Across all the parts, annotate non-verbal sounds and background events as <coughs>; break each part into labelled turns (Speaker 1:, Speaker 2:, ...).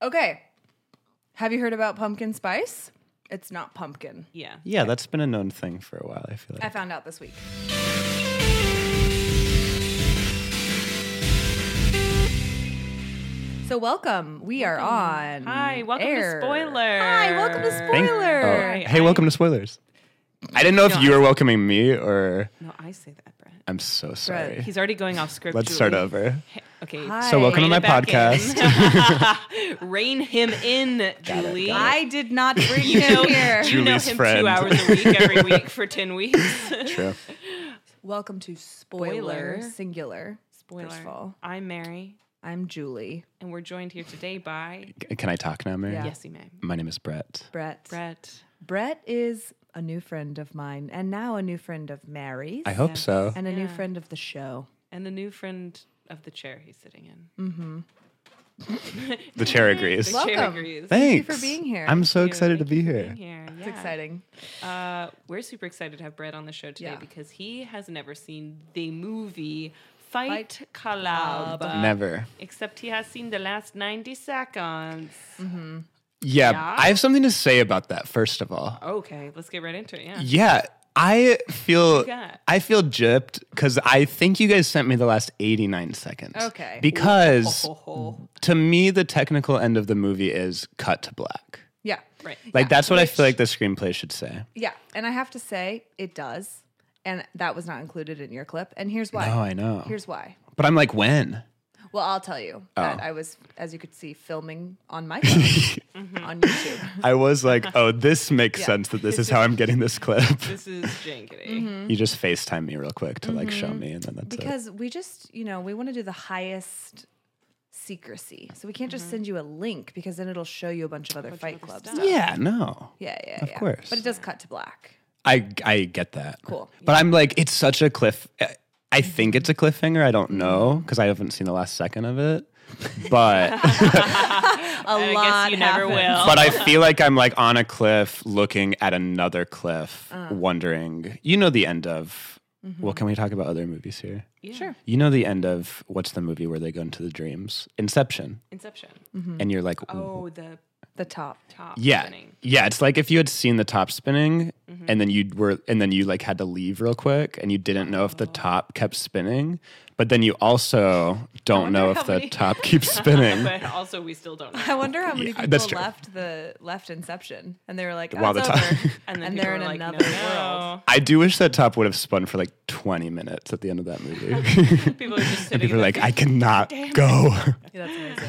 Speaker 1: Okay. Have you heard about pumpkin spice? It's not pumpkin.
Speaker 2: Yeah.
Speaker 3: Yeah, that's been a known thing for a while, I feel
Speaker 1: I
Speaker 3: like.
Speaker 1: found out this week. So welcome. We are on.
Speaker 2: Hi, welcome
Speaker 1: air.
Speaker 2: to spoiler.
Speaker 1: Hi, welcome to
Speaker 3: Thank-
Speaker 1: Spoiler!
Speaker 3: oh, hey, welcome to spoilers. I didn't know if you were welcoming me or
Speaker 2: No, I say that, Brett.
Speaker 3: I'm so sorry.
Speaker 2: He's already going off script.
Speaker 3: Let's
Speaker 2: Julie.
Speaker 3: start over.
Speaker 2: Hey, okay.
Speaker 1: Hi.
Speaker 3: So welcome to
Speaker 2: rein
Speaker 3: my
Speaker 2: it back
Speaker 3: podcast.
Speaker 2: <laughs> in. <laughs> Rein him in, Julie.
Speaker 1: I did
Speaker 2: <laughs>
Speaker 1: not bring
Speaker 2: you know,
Speaker 1: him
Speaker 2: <laughs>
Speaker 1: here.
Speaker 2: you know
Speaker 3: Julie's
Speaker 2: him
Speaker 3: friend.
Speaker 2: two hours a week
Speaker 3: <laughs>
Speaker 2: every week for ten weeks.
Speaker 3: True.
Speaker 1: Welcome to spoiler,
Speaker 2: Spoiler.
Speaker 1: singular.
Speaker 2: Spoiler.
Speaker 1: First of all,
Speaker 2: <laughs> I'm Mary,
Speaker 1: I'm Julie.
Speaker 2: and we're joined here today by
Speaker 3: C- Can I talk now, Mary?
Speaker 1: Yeah.
Speaker 2: Yes, you may.
Speaker 3: My name is Brett.
Speaker 1: Brett.
Speaker 2: Brett.
Speaker 1: Brett is a new friend of mine, and now a new friend of Mary's,
Speaker 3: I hope
Speaker 2: Yes.
Speaker 3: so.
Speaker 1: and a new
Speaker 2: Yeah.
Speaker 1: friend of the show.
Speaker 2: And a new friend of the chair he's sitting in.
Speaker 3: The chair agrees.
Speaker 1: Well-
Speaker 2: Chair
Speaker 1: Welcome.
Speaker 2: agrees.
Speaker 1: you
Speaker 3: Thanks
Speaker 1: for being here.
Speaker 3: I'm so
Speaker 2: You're
Speaker 3: excited to be here.
Speaker 2: Being here.
Speaker 1: It's
Speaker 2: yeah.
Speaker 1: exciting.
Speaker 2: Uh, we're super excited to have Brett on the show today
Speaker 1: Yeah.
Speaker 2: because he has never seen the movie Fight, Club.
Speaker 3: Never.
Speaker 2: Except he has seen the last 90 seconds.
Speaker 3: Yeah,
Speaker 2: Yeah?
Speaker 3: I have something to say about that. First of all,
Speaker 2: Okay, let's get right into it. Yeah.
Speaker 3: yeah, I feel
Speaker 2: got?
Speaker 3: I feel gypped because I think you guys sent me the last eighty nine seconds.
Speaker 1: Okay.
Speaker 3: because
Speaker 2: Ho, ho.
Speaker 3: to me the technical end of the movie is cut to black.
Speaker 1: Yeah.
Speaker 2: Right.
Speaker 3: Like that's what I feel like the screenplay should say.
Speaker 1: Yeah. And I have to say, it does. And that was not included in your clip. And here's why.
Speaker 3: Oh, I know. Oh.
Speaker 1: Here's why.
Speaker 3: but I'm like, when?
Speaker 1: Well, I'll tell you that I was, as you could see, filming on
Speaker 3: <laughs>
Speaker 1: my phone
Speaker 2: Mm-hmm.
Speaker 1: on YouTube.
Speaker 3: I
Speaker 1: <laughs>
Speaker 3: was like, oh, this makes sense that this is how I'm getting this clip.
Speaker 1: Mm-hmm.
Speaker 2: This is janky.
Speaker 3: you just FaceTime me real quick to like show me, and then that's it.
Speaker 1: Mm-hmm. Because we just, you know, we want to do the highest secrecy. So we can't
Speaker 2: Mm-hmm.
Speaker 1: just send you a link because then it'll show you a bunch of other fight
Speaker 2: other
Speaker 1: clubs.
Speaker 2: stuff.
Speaker 3: Yeah, no.
Speaker 1: Yeah, yeah, yeah.
Speaker 3: course.
Speaker 1: But it does cut to black.
Speaker 3: I I get that.
Speaker 1: Cool. Mm-hmm.
Speaker 3: But I'm like, it's such a cliff. eh, I think it's a cliffhanger. I don't know because I haven't seen the last second of it.
Speaker 1: <laughs>
Speaker 3: But
Speaker 1: A
Speaker 2: And
Speaker 1: lot.
Speaker 2: I guess you never
Speaker 1: happened.
Speaker 2: will.
Speaker 3: but I feel like I'm like on a cliff, looking at another cliff, wondering. You know the end of. Well, can we talk about other movies here?
Speaker 2: Yeah. Sure.
Speaker 3: You know the end of what's the movie where they go into the dreams? Inception.
Speaker 2: Inception.
Speaker 3: And you're like,
Speaker 2: Oh, the
Speaker 1: The top.
Speaker 2: top
Speaker 3: yeah,
Speaker 2: spinning. Mm-hmm.
Speaker 3: yeah. It's like if you had seen the top spinning, and then you were, and then you like had to leave real quick, and you didn't know if the
Speaker 2: Oh.
Speaker 3: top kept spinning, but then you also don't know
Speaker 2: how
Speaker 3: if the
Speaker 2: many-
Speaker 3: top
Speaker 2: <laughs>
Speaker 3: keeps spinning.
Speaker 2: But also, we still don't <laughs>
Speaker 1: I
Speaker 2: know.
Speaker 1: wonder how many
Speaker 3: Yeah, that's
Speaker 1: people
Speaker 3: true.
Speaker 1: left the left Inception and they were like, oh,
Speaker 3: While
Speaker 1: it's
Speaker 3: the top- <laughs>
Speaker 1: over.
Speaker 2: And
Speaker 1: And
Speaker 2: then people
Speaker 1: they're
Speaker 2: are
Speaker 1: in
Speaker 2: like, no,
Speaker 1: another
Speaker 2: no.
Speaker 3: I do wish that top would have spun for like 20 minutes at the end of that
Speaker 2: <laughs>
Speaker 3: movie.
Speaker 2: People are just sitting
Speaker 3: People
Speaker 2: there <laughs>
Speaker 3: are like, I cannot go.
Speaker 1: Yeah, that's amazing.
Speaker 2: thinking,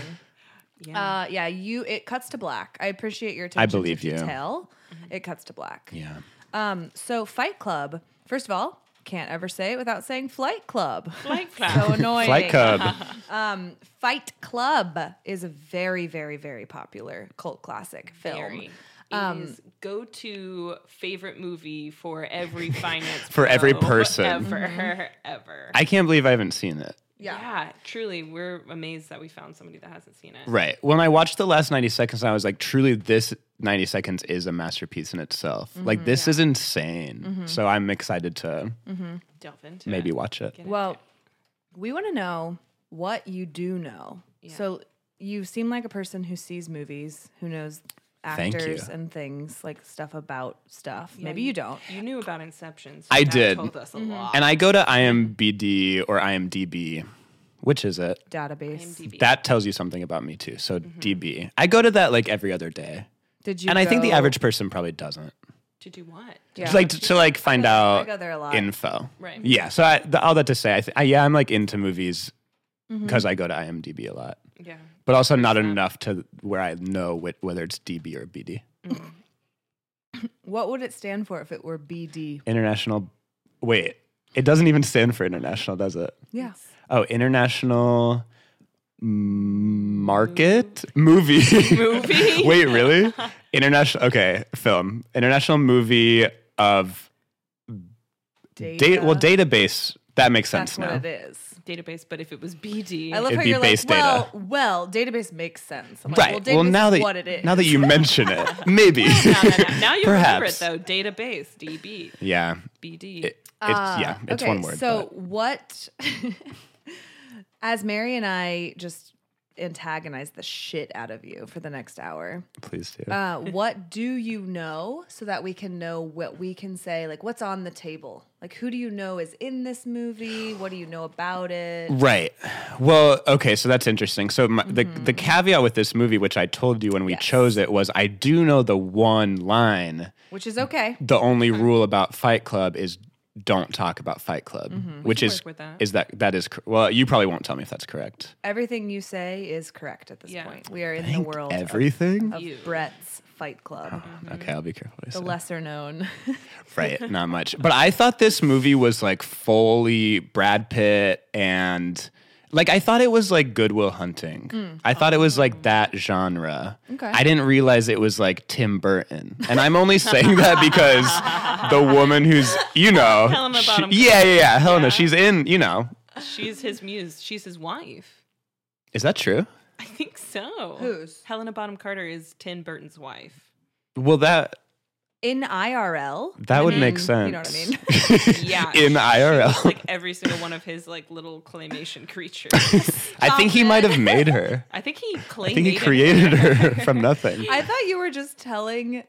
Speaker 2: yeah.
Speaker 1: Uh, yeah, you. It cuts to black. I appreciate your attention
Speaker 3: believe
Speaker 1: to
Speaker 3: you.
Speaker 1: detail. It cuts to black.
Speaker 3: yeah,
Speaker 1: Um, so Fight Club. First of all, can't ever say it without saying Flight Club.
Speaker 2: Flight Club.
Speaker 1: so annoying.
Speaker 3: Flight Cub.
Speaker 1: uh-huh. Fight Club is a very, very, very popular cult classic film.
Speaker 2: Mary. It is go to favorite movie for
Speaker 3: <laughs>
Speaker 2: every finance
Speaker 3: For every
Speaker 2: pro
Speaker 3: person.
Speaker 2: ever ever.
Speaker 3: I can't believe I haven't seen it.
Speaker 2: yeah.
Speaker 1: Yeah.
Speaker 2: truly, we're amazed that we found somebody that hasn't seen it.
Speaker 3: Right. When I watched the last 90 seconds, I was like, truly, this 90 seconds is a masterpiece in itself.
Speaker 1: Mm-hmm,
Speaker 3: Like, this is insane. So I'm excited to
Speaker 1: Mm-hmm.
Speaker 2: Delve into
Speaker 3: maybe
Speaker 2: it.
Speaker 3: watch it.
Speaker 1: Well, we want to know what you do know. So you seem like a person who sees movies, who knows
Speaker 3: Thank you.
Speaker 1: actors and things, like stuff about stuff. Maybe you don't.
Speaker 2: you knew about Inception. So
Speaker 3: I
Speaker 2: that
Speaker 3: did.
Speaker 2: Told us a
Speaker 1: Mm-hmm.
Speaker 2: lot.
Speaker 3: And I go to IMBD or IMDB, which is it?
Speaker 1: Database.
Speaker 2: IMDb.
Speaker 3: That tells you something about me too. So DB. I go to that like every other day.
Speaker 1: Did Mm-hmm. you?
Speaker 3: And I think the
Speaker 1: go-
Speaker 3: average person probably doesn't.
Speaker 2: to do what?
Speaker 1: Yeah.
Speaker 3: It's Like to, to, like find out
Speaker 1: I go there a lot.
Speaker 3: info.
Speaker 2: Right.
Speaker 3: Yeah. So I, the, all that to say, I, th- I yeah, I'm like into movies
Speaker 1: Mm-hmm.
Speaker 3: because I go to IMDb a lot.
Speaker 2: Yeah.
Speaker 3: but also not enough to where I know wh- whether it's DB or BD.
Speaker 1: what would it stand for if it were BD?
Speaker 3: International. Wait, it doesn't even stand for international, does it?
Speaker 1: Yeah.
Speaker 3: Oh, international m- market movie. <laughs>
Speaker 2: Movie.
Speaker 3: wait, really? International. Okay, film. International movie of
Speaker 1: Data.
Speaker 3: date. Well, database. That makes sense
Speaker 1: That's what
Speaker 3: now.
Speaker 1: it is.
Speaker 2: Database, but if it was BD,
Speaker 1: I love
Speaker 3: It'd
Speaker 1: how
Speaker 3: be
Speaker 1: you're
Speaker 3: base
Speaker 1: like,
Speaker 3: data.
Speaker 1: well, well, database makes sense. I'm like,
Speaker 3: Right.
Speaker 1: Well,
Speaker 3: Well,
Speaker 1: database
Speaker 3: now
Speaker 1: is
Speaker 3: that
Speaker 1: what it is. <laughs>
Speaker 3: now that you mention it, maybe.
Speaker 2: <laughs> No, no,
Speaker 3: <laughs>
Speaker 2: no. now you remember it
Speaker 3: Perhaps.
Speaker 2: though. Database, DB,
Speaker 3: yeah.
Speaker 2: BD.
Speaker 3: It, it's yeah. It's
Speaker 1: Ah, okay, <laughs>
Speaker 3: one word.
Speaker 1: So
Speaker 3: but-
Speaker 1: what? as Mary and I just antagonize the shit out of you for the next hour.
Speaker 3: Please do. <laughs>
Speaker 1: Uh, what do you know so that we can know what we can say? Like, what's on the table? Like, who do you know is in this movie? What do you know about it?
Speaker 3: Right. Well, okay, so that's interesting. So my, the the caveat with this movie, which I told you when we
Speaker 1: Mm-hmm. Yes.
Speaker 3: chose it, was I do know the one line.
Speaker 1: Which is okay.
Speaker 3: The only
Speaker 1: Uh-huh.
Speaker 3: rule about Fight Club is don't talk about Fight Club,
Speaker 1: Mm-hmm.
Speaker 3: which
Speaker 2: can
Speaker 3: is
Speaker 2: work with that.
Speaker 3: is that that is cor- well, you probably won't tell me if that's correct.
Speaker 1: Everything you say is correct at this
Speaker 2: Yeah.
Speaker 1: point. We are in the world of-
Speaker 3: Everything.
Speaker 1: of,
Speaker 2: You.
Speaker 1: Brett's Fight Club,
Speaker 3: Okay, I'll be careful. what I
Speaker 1: the
Speaker 3: say.
Speaker 1: lesser known. <laughs>
Speaker 3: Right, not much. But I thought this movie was like fully Brad Pitt and like I thought it was like Goodwill Hunting. I thought it was like that genre.
Speaker 1: Hmm. Oh. Okay.
Speaker 3: I didn't realize it was like Tim Burton. And I'm only
Speaker 1: <laughs>
Speaker 3: saying that because the woman who's you know
Speaker 2: Helena
Speaker 3: she-
Speaker 2: Bonham
Speaker 3: yeah, yeah, yeah, Helena, she's in, you know.
Speaker 2: She's his muse. She's his wife.
Speaker 3: Is that true?
Speaker 2: I think so.
Speaker 1: Whose?
Speaker 2: Helena Bonham Carter is Tim Burton's
Speaker 3: <laughs>
Speaker 2: wife.
Speaker 3: Well, that
Speaker 1: in IRL.
Speaker 3: that would make sense.
Speaker 1: Mm-hmm. You know what I mean? <laughs>
Speaker 3: <laughs>
Speaker 2: Yeah.
Speaker 3: in IRL.
Speaker 2: like every single one of his like little claymation
Speaker 3: <laughs>
Speaker 2: creatures.
Speaker 3: I think he might have made
Speaker 1: <laughs>
Speaker 3: her.
Speaker 2: I think he claimed.
Speaker 3: I think he created her from nothing.
Speaker 1: I thought you were just telling.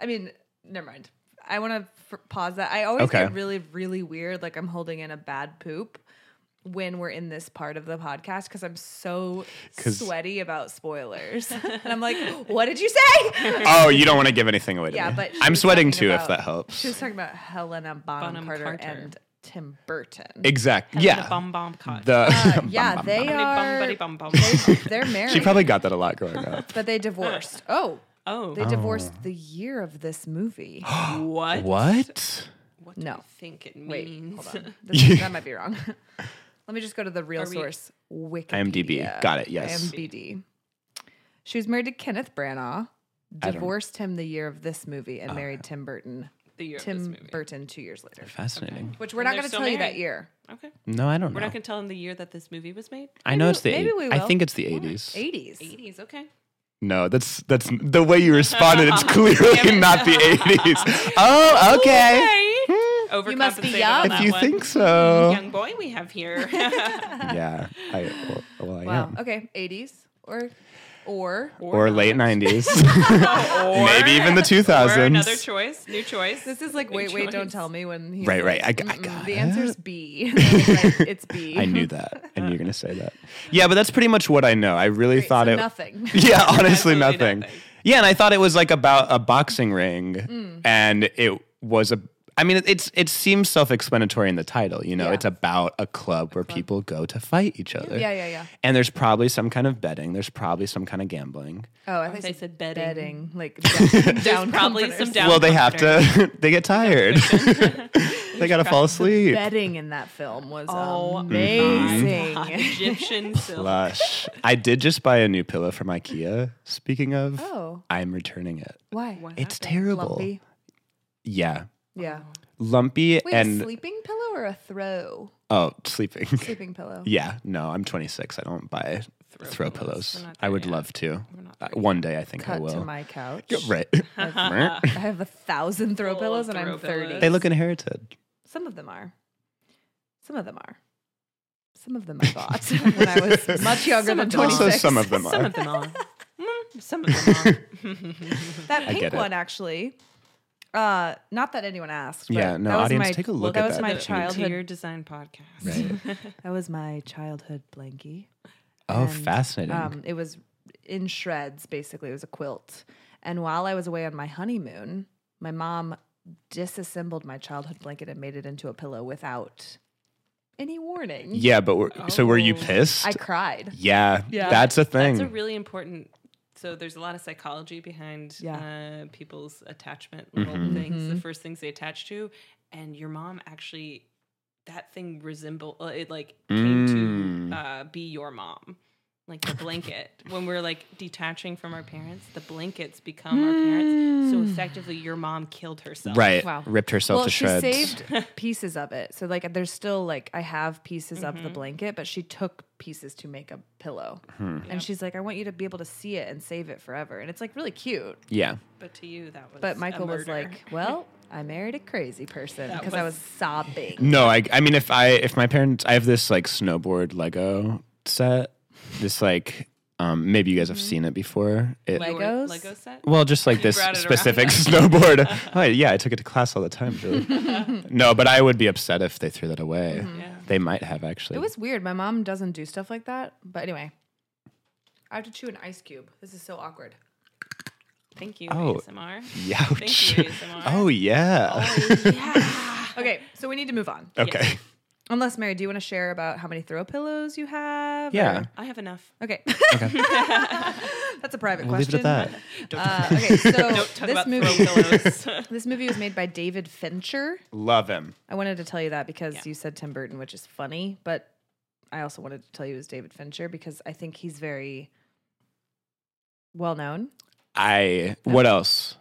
Speaker 1: I mean, never mind. I want to f- pause that. I always
Speaker 3: Okay.
Speaker 1: get really, really weird, like I'm holding in a bad poop when we're in this part of the podcast because I'm so
Speaker 3: 'Cause-
Speaker 1: sweaty about <laughs> spoilers. and I'm like, what did you say? <laughs>
Speaker 3: Oh, you don't want to give anything away to
Speaker 1: Yeah,
Speaker 3: me.
Speaker 1: but she
Speaker 3: I'm
Speaker 1: was
Speaker 3: sweating
Speaker 1: talking
Speaker 3: too, if
Speaker 1: about-
Speaker 3: that
Speaker 1: she was
Speaker 3: helps.
Speaker 1: talking about Helena Bonham,
Speaker 2: Bonham
Speaker 1: Carter,
Speaker 2: Carter.
Speaker 1: and Tim Burton.
Speaker 3: Exactly.
Speaker 2: Yeah.
Speaker 3: Yeah.
Speaker 2: Bum bum
Speaker 3: <laughs>
Speaker 2: cut.
Speaker 3: The
Speaker 1: Uh,
Speaker 3: bum,
Speaker 1: yeah,
Speaker 3: bum,
Speaker 1: they
Speaker 3: bum.
Speaker 1: are.
Speaker 2: bum bum. bum.
Speaker 1: <laughs> They're married,
Speaker 3: <laughs> She probably got that a lot growing up.
Speaker 1: but they divorced. Oh,
Speaker 2: oh,
Speaker 1: they divorced the year of this movie.
Speaker 2: what?
Speaker 3: <gasps> what?
Speaker 2: What do
Speaker 1: No.
Speaker 2: you think it
Speaker 1: Wait,
Speaker 2: means?
Speaker 1: hold on. This-
Speaker 3: Yeah. <laughs>
Speaker 1: that might be wrong. Let me just go to the real
Speaker 2: we-
Speaker 1: source.
Speaker 3: IMDb.
Speaker 1: Wikipedia.
Speaker 3: Got it, yes.
Speaker 1: IMDb. She was married to Kenneth Branagh,
Speaker 3: don't- Oh,
Speaker 1: divorced him the year of this movie, and married Tim Burton.
Speaker 2: <laughs> The year of this
Speaker 1: Tim
Speaker 2: movie.
Speaker 1: Burton two years later,
Speaker 3: Fascinating.
Speaker 1: which we're
Speaker 2: And
Speaker 1: not
Speaker 2: they're
Speaker 1: going to
Speaker 2: still
Speaker 1: tell you that
Speaker 2: married.
Speaker 1: year.
Speaker 2: Okay.
Speaker 3: No, I don't
Speaker 2: We're
Speaker 3: know.
Speaker 2: not going to tell him the year that this movie was made.
Speaker 3: I know it's the
Speaker 1: maybe
Speaker 3: 80s.
Speaker 1: we
Speaker 3: I
Speaker 1: will.
Speaker 3: think it's the 80s.
Speaker 1: 80s.
Speaker 2: 80s. Okay.
Speaker 3: No, that's that's the way you responded.
Speaker 1: <laughs>
Speaker 3: It's clearly not the 80s. <laughs> Oh, okay.
Speaker 2: Overcompensated
Speaker 1: You must be
Speaker 2: on
Speaker 1: young.
Speaker 2: that
Speaker 3: If you
Speaker 2: one.
Speaker 3: think so.
Speaker 2: Young boy, we have here.
Speaker 3: Yeah. I, well, well, I
Speaker 1: Wow.
Speaker 3: am.
Speaker 1: Okay. 80s or <laughs> or
Speaker 3: Or
Speaker 1: <laughs>
Speaker 3: late 90s.
Speaker 2: <laughs> or,
Speaker 3: <laughs> Maybe even the
Speaker 2: Or another
Speaker 3: 2000s.
Speaker 2: choice. New choice.
Speaker 1: this is like wait wait don't
Speaker 2: choice.
Speaker 1: tell me when he
Speaker 3: Right, right.
Speaker 1: says,
Speaker 3: I g- I
Speaker 1: "Mm-mm,
Speaker 3: got
Speaker 1: the
Speaker 3: it."
Speaker 1: answer's B. <laughs> Like, it's B.
Speaker 3: <laughs>
Speaker 1: <laughs>
Speaker 3: I knew that. And you're going to say that. Yeah, but that's pretty much what I know. I really
Speaker 1: Great,
Speaker 3: thought
Speaker 1: so
Speaker 3: it.
Speaker 1: nothing.
Speaker 3: <laughs>
Speaker 1: <laughs>
Speaker 3: Yeah, honestly,
Speaker 2: Absolutely
Speaker 3: nothing.
Speaker 2: nothing.
Speaker 3: Yeah, and I thought it was like about a boxing ring,
Speaker 1: Mm.
Speaker 3: and it was a. I mean, it's it seems self-explanatory in the title. You know,
Speaker 1: Yeah.
Speaker 3: it's about a club where people go to fight each other.
Speaker 1: Yeah, yeah, yeah.
Speaker 3: And there's probably some kind of betting. There's probably some kind of gambling.
Speaker 1: Oh, I think
Speaker 2: They
Speaker 1: they said
Speaker 2: said bedding.
Speaker 1: bedding,
Speaker 3: <laughs>
Speaker 1: like down, down
Speaker 2: probably
Speaker 1: comforters.
Speaker 2: some down
Speaker 3: well, they have
Speaker 2: comforters.
Speaker 3: to. <laughs> they get tired. <laughs>
Speaker 1: <laughs>
Speaker 3: they gotta fall asleep.
Speaker 1: bedding in that film was
Speaker 2: Oh, God,
Speaker 1: amazing.
Speaker 3: <laughs>
Speaker 2: Egyptian silk.
Speaker 3: Lush. I did just buy a new pillow from IKEA. Speaking of,
Speaker 1: Oh,
Speaker 3: I'm returning it.
Speaker 1: why?
Speaker 2: What
Speaker 3: It's
Speaker 2: happened?
Speaker 3: terrible.
Speaker 1: Lumpy.
Speaker 3: Yeah,
Speaker 1: Yeah.
Speaker 3: lumpy
Speaker 1: Wait,
Speaker 3: and
Speaker 1: a sleeping pillow or a throw?
Speaker 3: oh, sleeping. <laughs>
Speaker 1: Sleeping pillow.
Speaker 3: Yeah, no, I'm 26. I don't buy throw, pillows.
Speaker 2: We're not
Speaker 3: I
Speaker 2: there
Speaker 3: would
Speaker 2: yet.
Speaker 3: love to.
Speaker 2: not
Speaker 3: Uh, one day, I think I
Speaker 1: Cut
Speaker 3: will.
Speaker 1: to my couch.
Speaker 3: Yeah, <laughs>
Speaker 1: <laughs>
Speaker 3: right.
Speaker 1: I
Speaker 2: <laughs>
Speaker 1: have a thousand throw
Speaker 2: Full
Speaker 1: pillows and
Speaker 2: throw
Speaker 1: I'm 30.
Speaker 2: pillows.
Speaker 3: <laughs> they look inherited.
Speaker 1: Some of them are. Some of them are. Some of them I bought <laughs> when I
Speaker 3: <laughs>
Speaker 1: was much younger
Speaker 2: Some
Speaker 1: than
Speaker 2: of them are.
Speaker 1: 26.
Speaker 3: Also, some of them
Speaker 2: Some
Speaker 3: are.
Speaker 2: of them are. <laughs> Mm,
Speaker 3: <laughs>
Speaker 2: Some of them are.
Speaker 1: That
Speaker 3: get
Speaker 1: pink
Speaker 3: it.
Speaker 1: one, actually. Uh, not that anyone asked. but
Speaker 3: Yeah, no,
Speaker 1: that was
Speaker 3: audience,
Speaker 1: my-
Speaker 3: take a look
Speaker 1: That
Speaker 3: at
Speaker 1: was
Speaker 3: that
Speaker 1: my
Speaker 3: pink.
Speaker 1: childhood.
Speaker 2: Interior design podcast.
Speaker 3: Right.
Speaker 1: That was my childhood blankie.
Speaker 3: Oh,
Speaker 1: And,
Speaker 3: fascinating.
Speaker 1: Um, it was in shreds, basically. It was a quilt. And while I was away on my honeymoon, my mom disassembled my childhood blanket and made it into a pillow without any warning.
Speaker 3: yeah, but were, so were you
Speaker 2: Oh.
Speaker 3: pissed?
Speaker 1: I cried.
Speaker 3: yeah, that's a thing.
Speaker 2: That's a really important. So there's a lot of psychology behind
Speaker 1: Yeah. Mm-hmm.
Speaker 2: uh, people's attachment
Speaker 3: Mm-hmm.
Speaker 2: little things, the first things they attach to, and your mom actually that thing resemble uh, it like came
Speaker 3: Mm.
Speaker 2: to uh, be your mom. Like the blanket, when we're like detaching from our parents, the blankets become our parents.
Speaker 1: Mm.
Speaker 2: So effectively, your mom killed herself.
Speaker 3: right,
Speaker 1: Wow.
Speaker 3: ripped herself
Speaker 1: Well,
Speaker 3: to
Speaker 1: she
Speaker 3: shreds.
Speaker 1: saved
Speaker 3: <laughs>
Speaker 1: pieces of it. So like there's still like I have pieces of the blanket, but she took pieces to make a pillow.
Speaker 3: Hmm.
Speaker 1: And she's like, I want you to be able to see it and save it forever. And it's like really cute.
Speaker 3: yeah,
Speaker 2: But to you, that was.
Speaker 1: But
Speaker 2: a
Speaker 1: Michael was
Speaker 2: murder.
Speaker 1: like, Well, I married a crazy person because I was
Speaker 2: was-
Speaker 1: sobbing.
Speaker 3: no, I, I mean, if I, if my parents, I have this like snowboard Lego set, this like Um, maybe you guys have
Speaker 1: Mm-hmm.
Speaker 3: seen it before. It,
Speaker 1: Like-
Speaker 2: Your
Speaker 1: Legos?
Speaker 2: Lego set?
Speaker 3: well,
Speaker 2: <laughs>
Speaker 3: just like this
Speaker 2: brought it
Speaker 3: specific <laughs>
Speaker 2: around.
Speaker 3: snowboard. oh, yeah, I took it to class all the time.
Speaker 2: <laughs>
Speaker 3: Really. no, but I would be upset if they threw that away.
Speaker 2: Mm-hmm. Yeah.
Speaker 3: They might have actually.
Speaker 1: It
Speaker 3: <laughs>
Speaker 1: was weird. My mom doesn't do stuff like that. But anyway, I have to chew an ice cube. This is so awkward.
Speaker 2: Thank you,
Speaker 3: Oh.
Speaker 2: ASMR.
Speaker 3: Youch.
Speaker 2: Thank you, ASMR.
Speaker 3: Oh yeah.
Speaker 1: Okay, so we need to move on.
Speaker 3: <laughs> okay.
Speaker 1: Unless Mary, do you want to share about how many throw pillows you have?
Speaker 3: Yeah.
Speaker 1: or-
Speaker 2: I have enough.
Speaker 1: Okay. <laughs> That's a private
Speaker 3: We'll leave it
Speaker 1: question.
Speaker 3: at that.
Speaker 1: Uh, okay, <laughs> so
Speaker 2: Don't talk
Speaker 1: this
Speaker 2: about
Speaker 1: movie,
Speaker 2: throw pillows.
Speaker 1: this movie was made by David Fincher.
Speaker 3: Love him.
Speaker 1: I wanted to tell you that because
Speaker 2: Yeah.
Speaker 1: you said Tim Burton, which is funny, but I also wanted to tell you it was David Fincher because I think he's very well known.
Speaker 3: I. What else?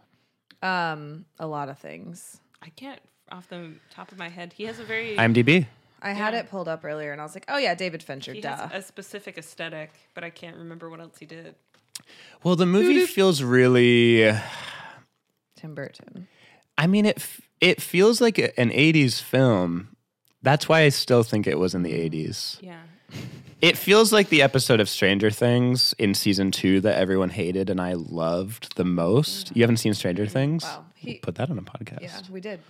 Speaker 1: Um, a lot of things.
Speaker 2: I can't off the top of my head. He has a very
Speaker 3: IMDb.
Speaker 1: I had
Speaker 2: Yeah.
Speaker 1: it pulled up earlier, and I was like, "Oh yeah, David Fincher,
Speaker 2: he
Speaker 1: duh."
Speaker 2: has a specific aesthetic, but I can't remember what else he did.
Speaker 3: Well, the movie feels really.
Speaker 1: Tim Burton.
Speaker 3: I mean, it f- it feels like a- an '80s film. That's why I still think it was in the '80s.
Speaker 2: Yeah.
Speaker 3: It feels like the episode of Stranger Things in season two that everyone hated and I loved the most. You haven't seen Stranger Things?
Speaker 1: Mm-hmm. Wow, he.
Speaker 3: Put that on a podcast.
Speaker 1: Yeah, we did.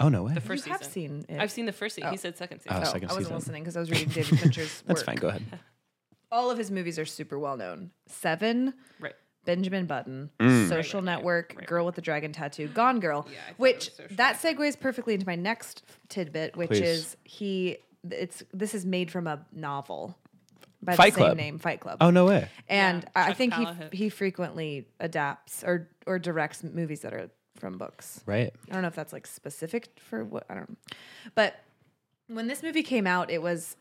Speaker 3: Oh no way.
Speaker 2: The first
Speaker 1: you have
Speaker 2: season.
Speaker 1: seen it.
Speaker 2: I've seen the first season. He said second season.
Speaker 1: Oh,
Speaker 3: second
Speaker 1: I wasn't
Speaker 3: season.
Speaker 1: listening because I was reading
Speaker 3: <laughs>
Speaker 1: David Fincher's
Speaker 3: That's
Speaker 1: work.
Speaker 3: fine. Go ahead.
Speaker 1: <laughs> All of his movies are super well known. Seven,
Speaker 2: Right.
Speaker 1: Benjamin Button,
Speaker 3: Mm.
Speaker 1: Social Network, Girl with the Dragon Tattoo, Gone Girl,
Speaker 2: I thought
Speaker 1: which
Speaker 2: it was Social
Speaker 1: that segues perfectly into my next tidbit, which
Speaker 3: Please.
Speaker 1: is he. It's this is made from a novel by
Speaker 3: Fight
Speaker 1: the same
Speaker 3: Club.
Speaker 1: name, Fight Club.
Speaker 3: Oh no way.
Speaker 1: and
Speaker 2: Yeah,
Speaker 1: I I
Speaker 2: Chuck
Speaker 1: think
Speaker 2: Palahniuk.
Speaker 1: he he frequently adapts or or directs movies that are from books.
Speaker 3: Right.
Speaker 1: I don't know if that's like specific for what I don't know. But when this movie came out, it was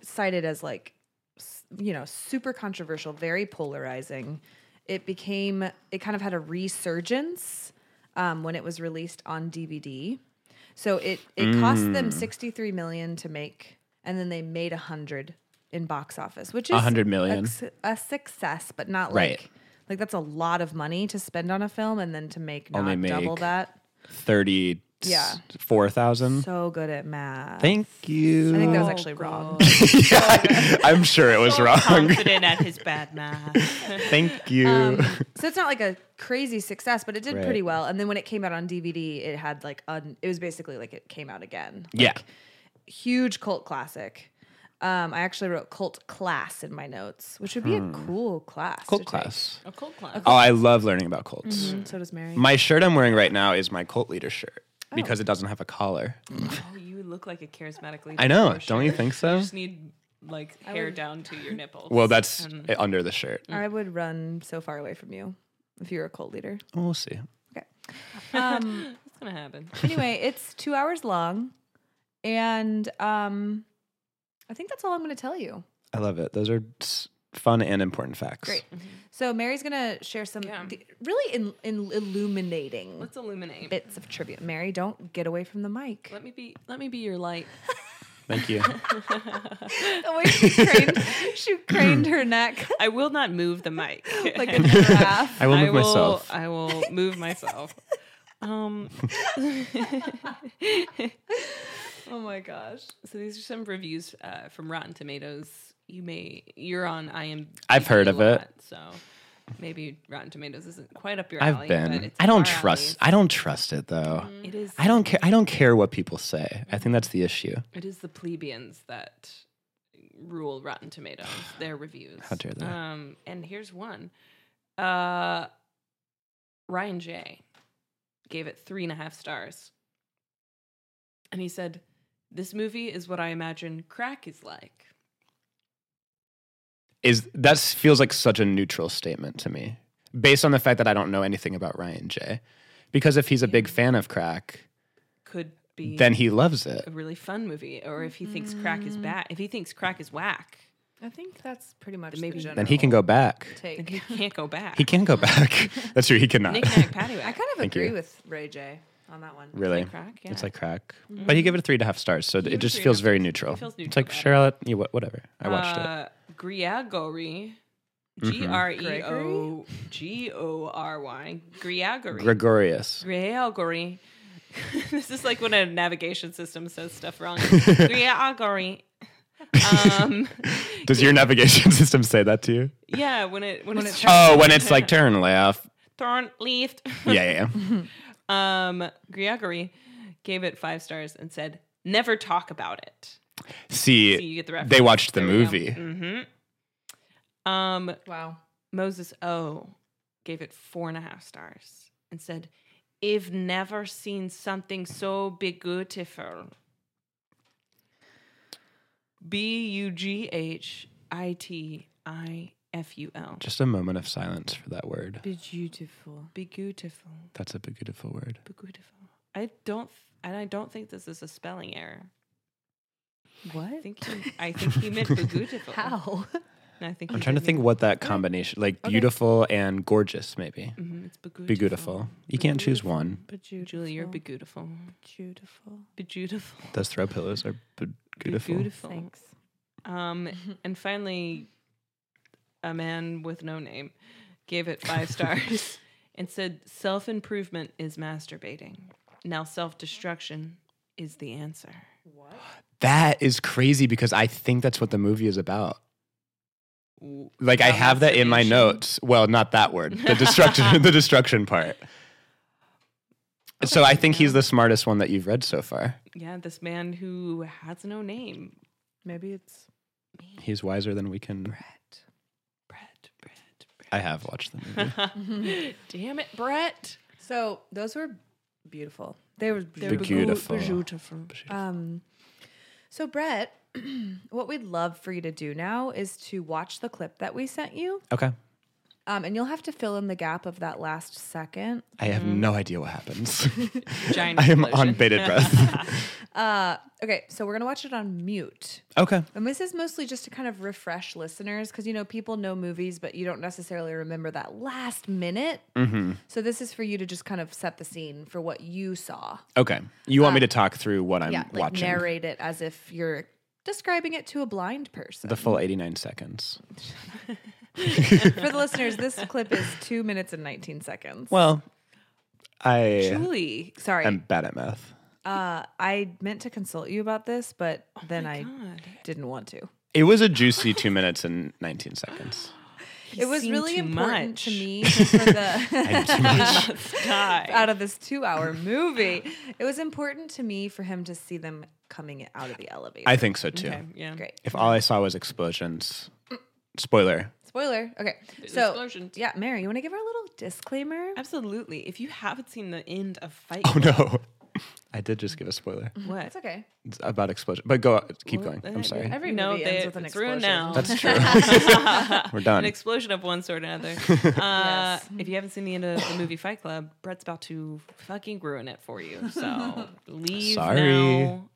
Speaker 1: cited as like s- you know, super controversial, very polarizing. It became it kind of had a resurgence um, when it was released on DVD. So it it cost
Speaker 3: Mm.
Speaker 1: them 63 million to make and then they made 100 in box office, which is
Speaker 3: 100 million.
Speaker 1: a su- A, success, but not
Speaker 3: Right.
Speaker 1: like like that's a lot of money to spend on a film and then to make not
Speaker 3: Only
Speaker 1: double
Speaker 3: make-
Speaker 1: that
Speaker 3: Thirty.
Speaker 1: Yeah.
Speaker 3: Four thousand.
Speaker 1: so good at math.
Speaker 3: Mm-hmm. Thank you.
Speaker 1: I
Speaker 3: <laughs>
Speaker 1: think that was
Speaker 2: Oh,
Speaker 1: actually wrong.
Speaker 3: I'm sure it was wrong.
Speaker 2: Confident at his bad math.
Speaker 3: <laughs> Thank you.
Speaker 1: <laughs> So it's not like a crazy success, but it did
Speaker 3: Right.
Speaker 1: pretty well. And then when it came out on DVD, it had like un- it was basically like it came out again.
Speaker 3: yeah.
Speaker 1: Huge cult classic. Um, I actually wrote cult class in my notes, which would be a cool class.
Speaker 3: Hmm. Cult
Speaker 1: to take.
Speaker 3: class.
Speaker 2: a cult club.
Speaker 3: Oh, I love learning about cults.
Speaker 1: Mm, So does Mary.
Speaker 3: My shirt I'm wearing right now is my cult leader shirt
Speaker 1: Oh.
Speaker 3: because it doesn't have a collar.
Speaker 1: Mm,
Speaker 2: Oh, you look like a charismatic leader.
Speaker 3: I know.
Speaker 2: for
Speaker 3: Don't you
Speaker 2: sure.
Speaker 3: think so?
Speaker 2: You just need like hair down to your nipples.
Speaker 3: <laughs> Well, that's uh, under the shirt.
Speaker 1: I would run so far away from you if you were a cult leader.
Speaker 3: We'll see.
Speaker 1: Um,
Speaker 2: What's gonna happen?
Speaker 1: anyway, it's two hours long, and um, I think that's all I'm going to tell you.
Speaker 3: I love it. Those are s- fun and important facts.
Speaker 1: Great. So Mary's gonna share some
Speaker 2: Yeah.
Speaker 1: th- really in, in illuminating
Speaker 2: Let's illuminate.
Speaker 1: bits of trivia. Mary, don't get away from the mic.
Speaker 2: Let me be. Let me be your light. <laughs>
Speaker 3: Thank you.
Speaker 1: <laughs> The way she craned, she craned her neck <laughs>
Speaker 2: I will not move the mic.
Speaker 1: like
Speaker 2: <laughs>
Speaker 1: a giraffe.
Speaker 3: <laughs> I will move
Speaker 2: I will.
Speaker 3: myself.
Speaker 2: I will move
Speaker 3: <laughs>
Speaker 2: myself. Um,
Speaker 1: oh my gosh!
Speaker 2: so these are some reviews uh, from Rotten Tomatoes. You may you're on IMDb.
Speaker 3: I've heard
Speaker 2: a
Speaker 3: of it.
Speaker 2: lot, So maybe Rotten Tomatoes isn't quite up your alley.
Speaker 3: I've
Speaker 2: But
Speaker 3: been.
Speaker 2: it's
Speaker 3: I don't
Speaker 2: our
Speaker 3: trust. I don't trust it though.
Speaker 2: alley. It is.
Speaker 3: I don't care. I don't care what people say. I think that's the issue.
Speaker 2: It is the plebeians that rule Rotten
Speaker 3: <sighs>
Speaker 2: Tomatoes, their reviews.
Speaker 3: How dare they.
Speaker 2: Um, and here's one. Uh, Ryan J gave it three and a half stars. And he said, This movie is what I imagine crack is like.
Speaker 3: Is that s- feels like such a neutral statement to me, based on the fact that I don't know anything about Ryan J. Because if he's a big fan of crack,
Speaker 2: Could be
Speaker 3: then he loves it.
Speaker 2: a really fun movie. Or if he thinks crack is bad, if he thinks crack is whack,
Speaker 1: I think that's pretty much
Speaker 2: Then maybe-
Speaker 1: the
Speaker 2: Then
Speaker 3: Then
Speaker 1: general
Speaker 3: he can go back.
Speaker 2: then
Speaker 1: take.
Speaker 2: he can't go back.
Speaker 3: He can
Speaker 2: <laughs>
Speaker 3: go back. <laughs> That's true. He cannot.
Speaker 2: Knick knack patty
Speaker 1: I
Speaker 2: whack.
Speaker 1: kind of
Speaker 3: Thank
Speaker 1: agree
Speaker 3: you.
Speaker 1: with Ray J on that one.
Speaker 3: <laughs> really.
Speaker 2: crack, yeah.
Speaker 3: It's like crack. But he gave it a three and a half stars, so
Speaker 2: gave
Speaker 3: it
Speaker 2: it
Speaker 3: just
Speaker 2: three and a
Speaker 3: feels
Speaker 2: half
Speaker 3: very
Speaker 2: stars. It
Speaker 3: neutral.
Speaker 2: feels
Speaker 3: It's
Speaker 2: neutral
Speaker 3: like
Speaker 2: about
Speaker 3: Charlotte, you, wha- whatever. I watched it. Mm-hmm.
Speaker 2: uh, Griagory. G R E O G O R Y. Griagory.
Speaker 3: Gregorius.
Speaker 2: Griagory. <laughs>
Speaker 3: <laughs>
Speaker 2: this is like when a navigation system says stuff wrong. Griagory Um,
Speaker 3: Does your navigation <laughs> system say that to you?
Speaker 2: yeah, when it when,
Speaker 1: When
Speaker 2: it's
Speaker 1: it
Speaker 3: Oh, when it's like turn
Speaker 1: <laughs>
Speaker 3: left.
Speaker 2: turn left. <laughs>
Speaker 3: Yeah, yeah, yeah.
Speaker 2: Um, Grigory gave it five stars and said, "Never talk about it."
Speaker 3: See,
Speaker 2: So you get the reference.
Speaker 3: they watched the
Speaker 1: There we go. Mm.
Speaker 3: movie.
Speaker 2: Mm-hmm. Um,
Speaker 1: Wow.
Speaker 2: Moses O gave it four and a half stars and said, "I've never seen something so beautiful." B U G H I T I F U L.
Speaker 3: Just a moment of silence for that word.
Speaker 1: Beautiful.
Speaker 2: Beautiful,
Speaker 3: That's a beautiful word.
Speaker 2: beautiful. I don't, and I don't think this is a spelling error.
Speaker 1: What?
Speaker 2: I think he, I think he meant beautiful.
Speaker 1: <laughs> How?
Speaker 2: And I think
Speaker 3: I'm trying to think what that combination, like beautiful and gorgeous, maybe.
Speaker 2: Mm-hmm, it's beautiful.
Speaker 3: Beautiful. You can't choose
Speaker 1: Beautiful.
Speaker 3: one.
Speaker 1: Beautiful.
Speaker 2: Julie, you're beautiful.
Speaker 1: beautiful.
Speaker 2: Beautiful.
Speaker 3: Those throw pillows are b- beautiful.
Speaker 2: Beautiful.
Speaker 1: Thanks.
Speaker 2: <laughs> Um, and finally, a man with no name gave it five <laughs> stars and said, "Self improvement is masturbating. Now self destruction is the answer."
Speaker 3: That is crazy because I think that's what the movie is about.
Speaker 2: Ooh.
Speaker 3: Like I
Speaker 2: About
Speaker 3: have that in my
Speaker 2: masturbation.
Speaker 3: notes. Well, not that word.
Speaker 1: <laughs>
Speaker 3: The destruction the destruction part. So I think he's the smartest one that you've read so far.
Speaker 2: Yeah, this man who has no name.
Speaker 1: Maybe it's
Speaker 3: He's wiser than we can.
Speaker 1: Brett.
Speaker 2: Brett. Brett.
Speaker 3: I have
Speaker 1: <laughs>
Speaker 3: watched the movie.
Speaker 2: Brett. Damn it, Brett.
Speaker 1: So those were beautiful. They were
Speaker 2: They're
Speaker 1: beautiful.
Speaker 2: begu-
Speaker 3: Beautiful.
Speaker 2: Beautiful.
Speaker 1: Um, so Brett, <clears throat> what we'd love for you to do now is to watch the clip that we sent you,
Speaker 3: Okay.
Speaker 1: um, and you'll have to fill in the gap of that last second.
Speaker 3: I have
Speaker 1: Mm-hmm.
Speaker 3: no idea
Speaker 1: <laughs>
Speaker 3: what happens.
Speaker 2: Giant
Speaker 3: <laughs> I am
Speaker 2: explosion.
Speaker 3: on bated breath.
Speaker 1: Uh, okay, so we're gonna watch it on mute,
Speaker 3: okay.
Speaker 1: and this is mostly just to kind of refresh listeners because you know people know movies, but you don't necessarily remember that last minute.
Speaker 3: Mm-hmm.
Speaker 1: So this is for you to just kind of set the scene for what you saw.
Speaker 3: Okay. You want me to talk through what I'm
Speaker 1: Um, yeah, like
Speaker 3: watching?
Speaker 1: narrate it as if you're describing it to a blind person.
Speaker 3: <laughs> the full 89 seconds.
Speaker 1: For the listeners, this clip is two minutes and 19 seconds.
Speaker 3: Well, I
Speaker 2: Julie.
Speaker 1: Sorry,
Speaker 3: am bad at math.
Speaker 1: uh, I meant to consult you about this, but then I
Speaker 2: God.
Speaker 1: didn't want to.
Speaker 3: It was a juicy two minutes and 19 seconds.
Speaker 1: it was
Speaker 2: seen
Speaker 1: really
Speaker 2: too
Speaker 1: important to <laughs>
Speaker 2: much.
Speaker 1: me for <laughs>
Speaker 3: <laughs> I'm
Speaker 1: the
Speaker 3: too
Speaker 2: <laughs>
Speaker 3: much.
Speaker 2: Die. <laughs>
Speaker 1: out of this
Speaker 3: <laughs>
Speaker 1: two-hour movie. It was important to me for him to see them coming out of the elevator.
Speaker 3: I think so too.
Speaker 2: Okay, Um, yeah.
Speaker 1: Great
Speaker 3: If all I saw was explosions, spoiler. <laughs>
Speaker 1: spoiler. Okay, so
Speaker 2: explosions.
Speaker 1: yeah, Mary, you want to give her a little disclaimer?
Speaker 2: Absolutely. If you haven't seen the end of Fight
Speaker 3: Oh no. <laughs> I did just give a spoiler
Speaker 2: what?
Speaker 1: It's okay.
Speaker 3: It's about explosion. But go keep
Speaker 2: Well,
Speaker 3: going. I'm
Speaker 2: uh,
Speaker 3: sorry.
Speaker 1: Every
Speaker 2: no,
Speaker 1: movie
Speaker 2: they,
Speaker 1: ends with an
Speaker 2: it's ruined
Speaker 1: explosion.
Speaker 2: now.
Speaker 3: That's true.
Speaker 2: <laughs>
Speaker 3: We're
Speaker 2: an
Speaker 3: done.
Speaker 2: explosion of one sort or
Speaker 3: <laughs>
Speaker 2: another. Uh,
Speaker 1: Yes.
Speaker 2: If you haven't seen the end of the movie Fight Club, Brett's about to fucking ruin it for you.
Speaker 3: <laughs>
Speaker 2: So leave
Speaker 3: Sorry.
Speaker 2: now,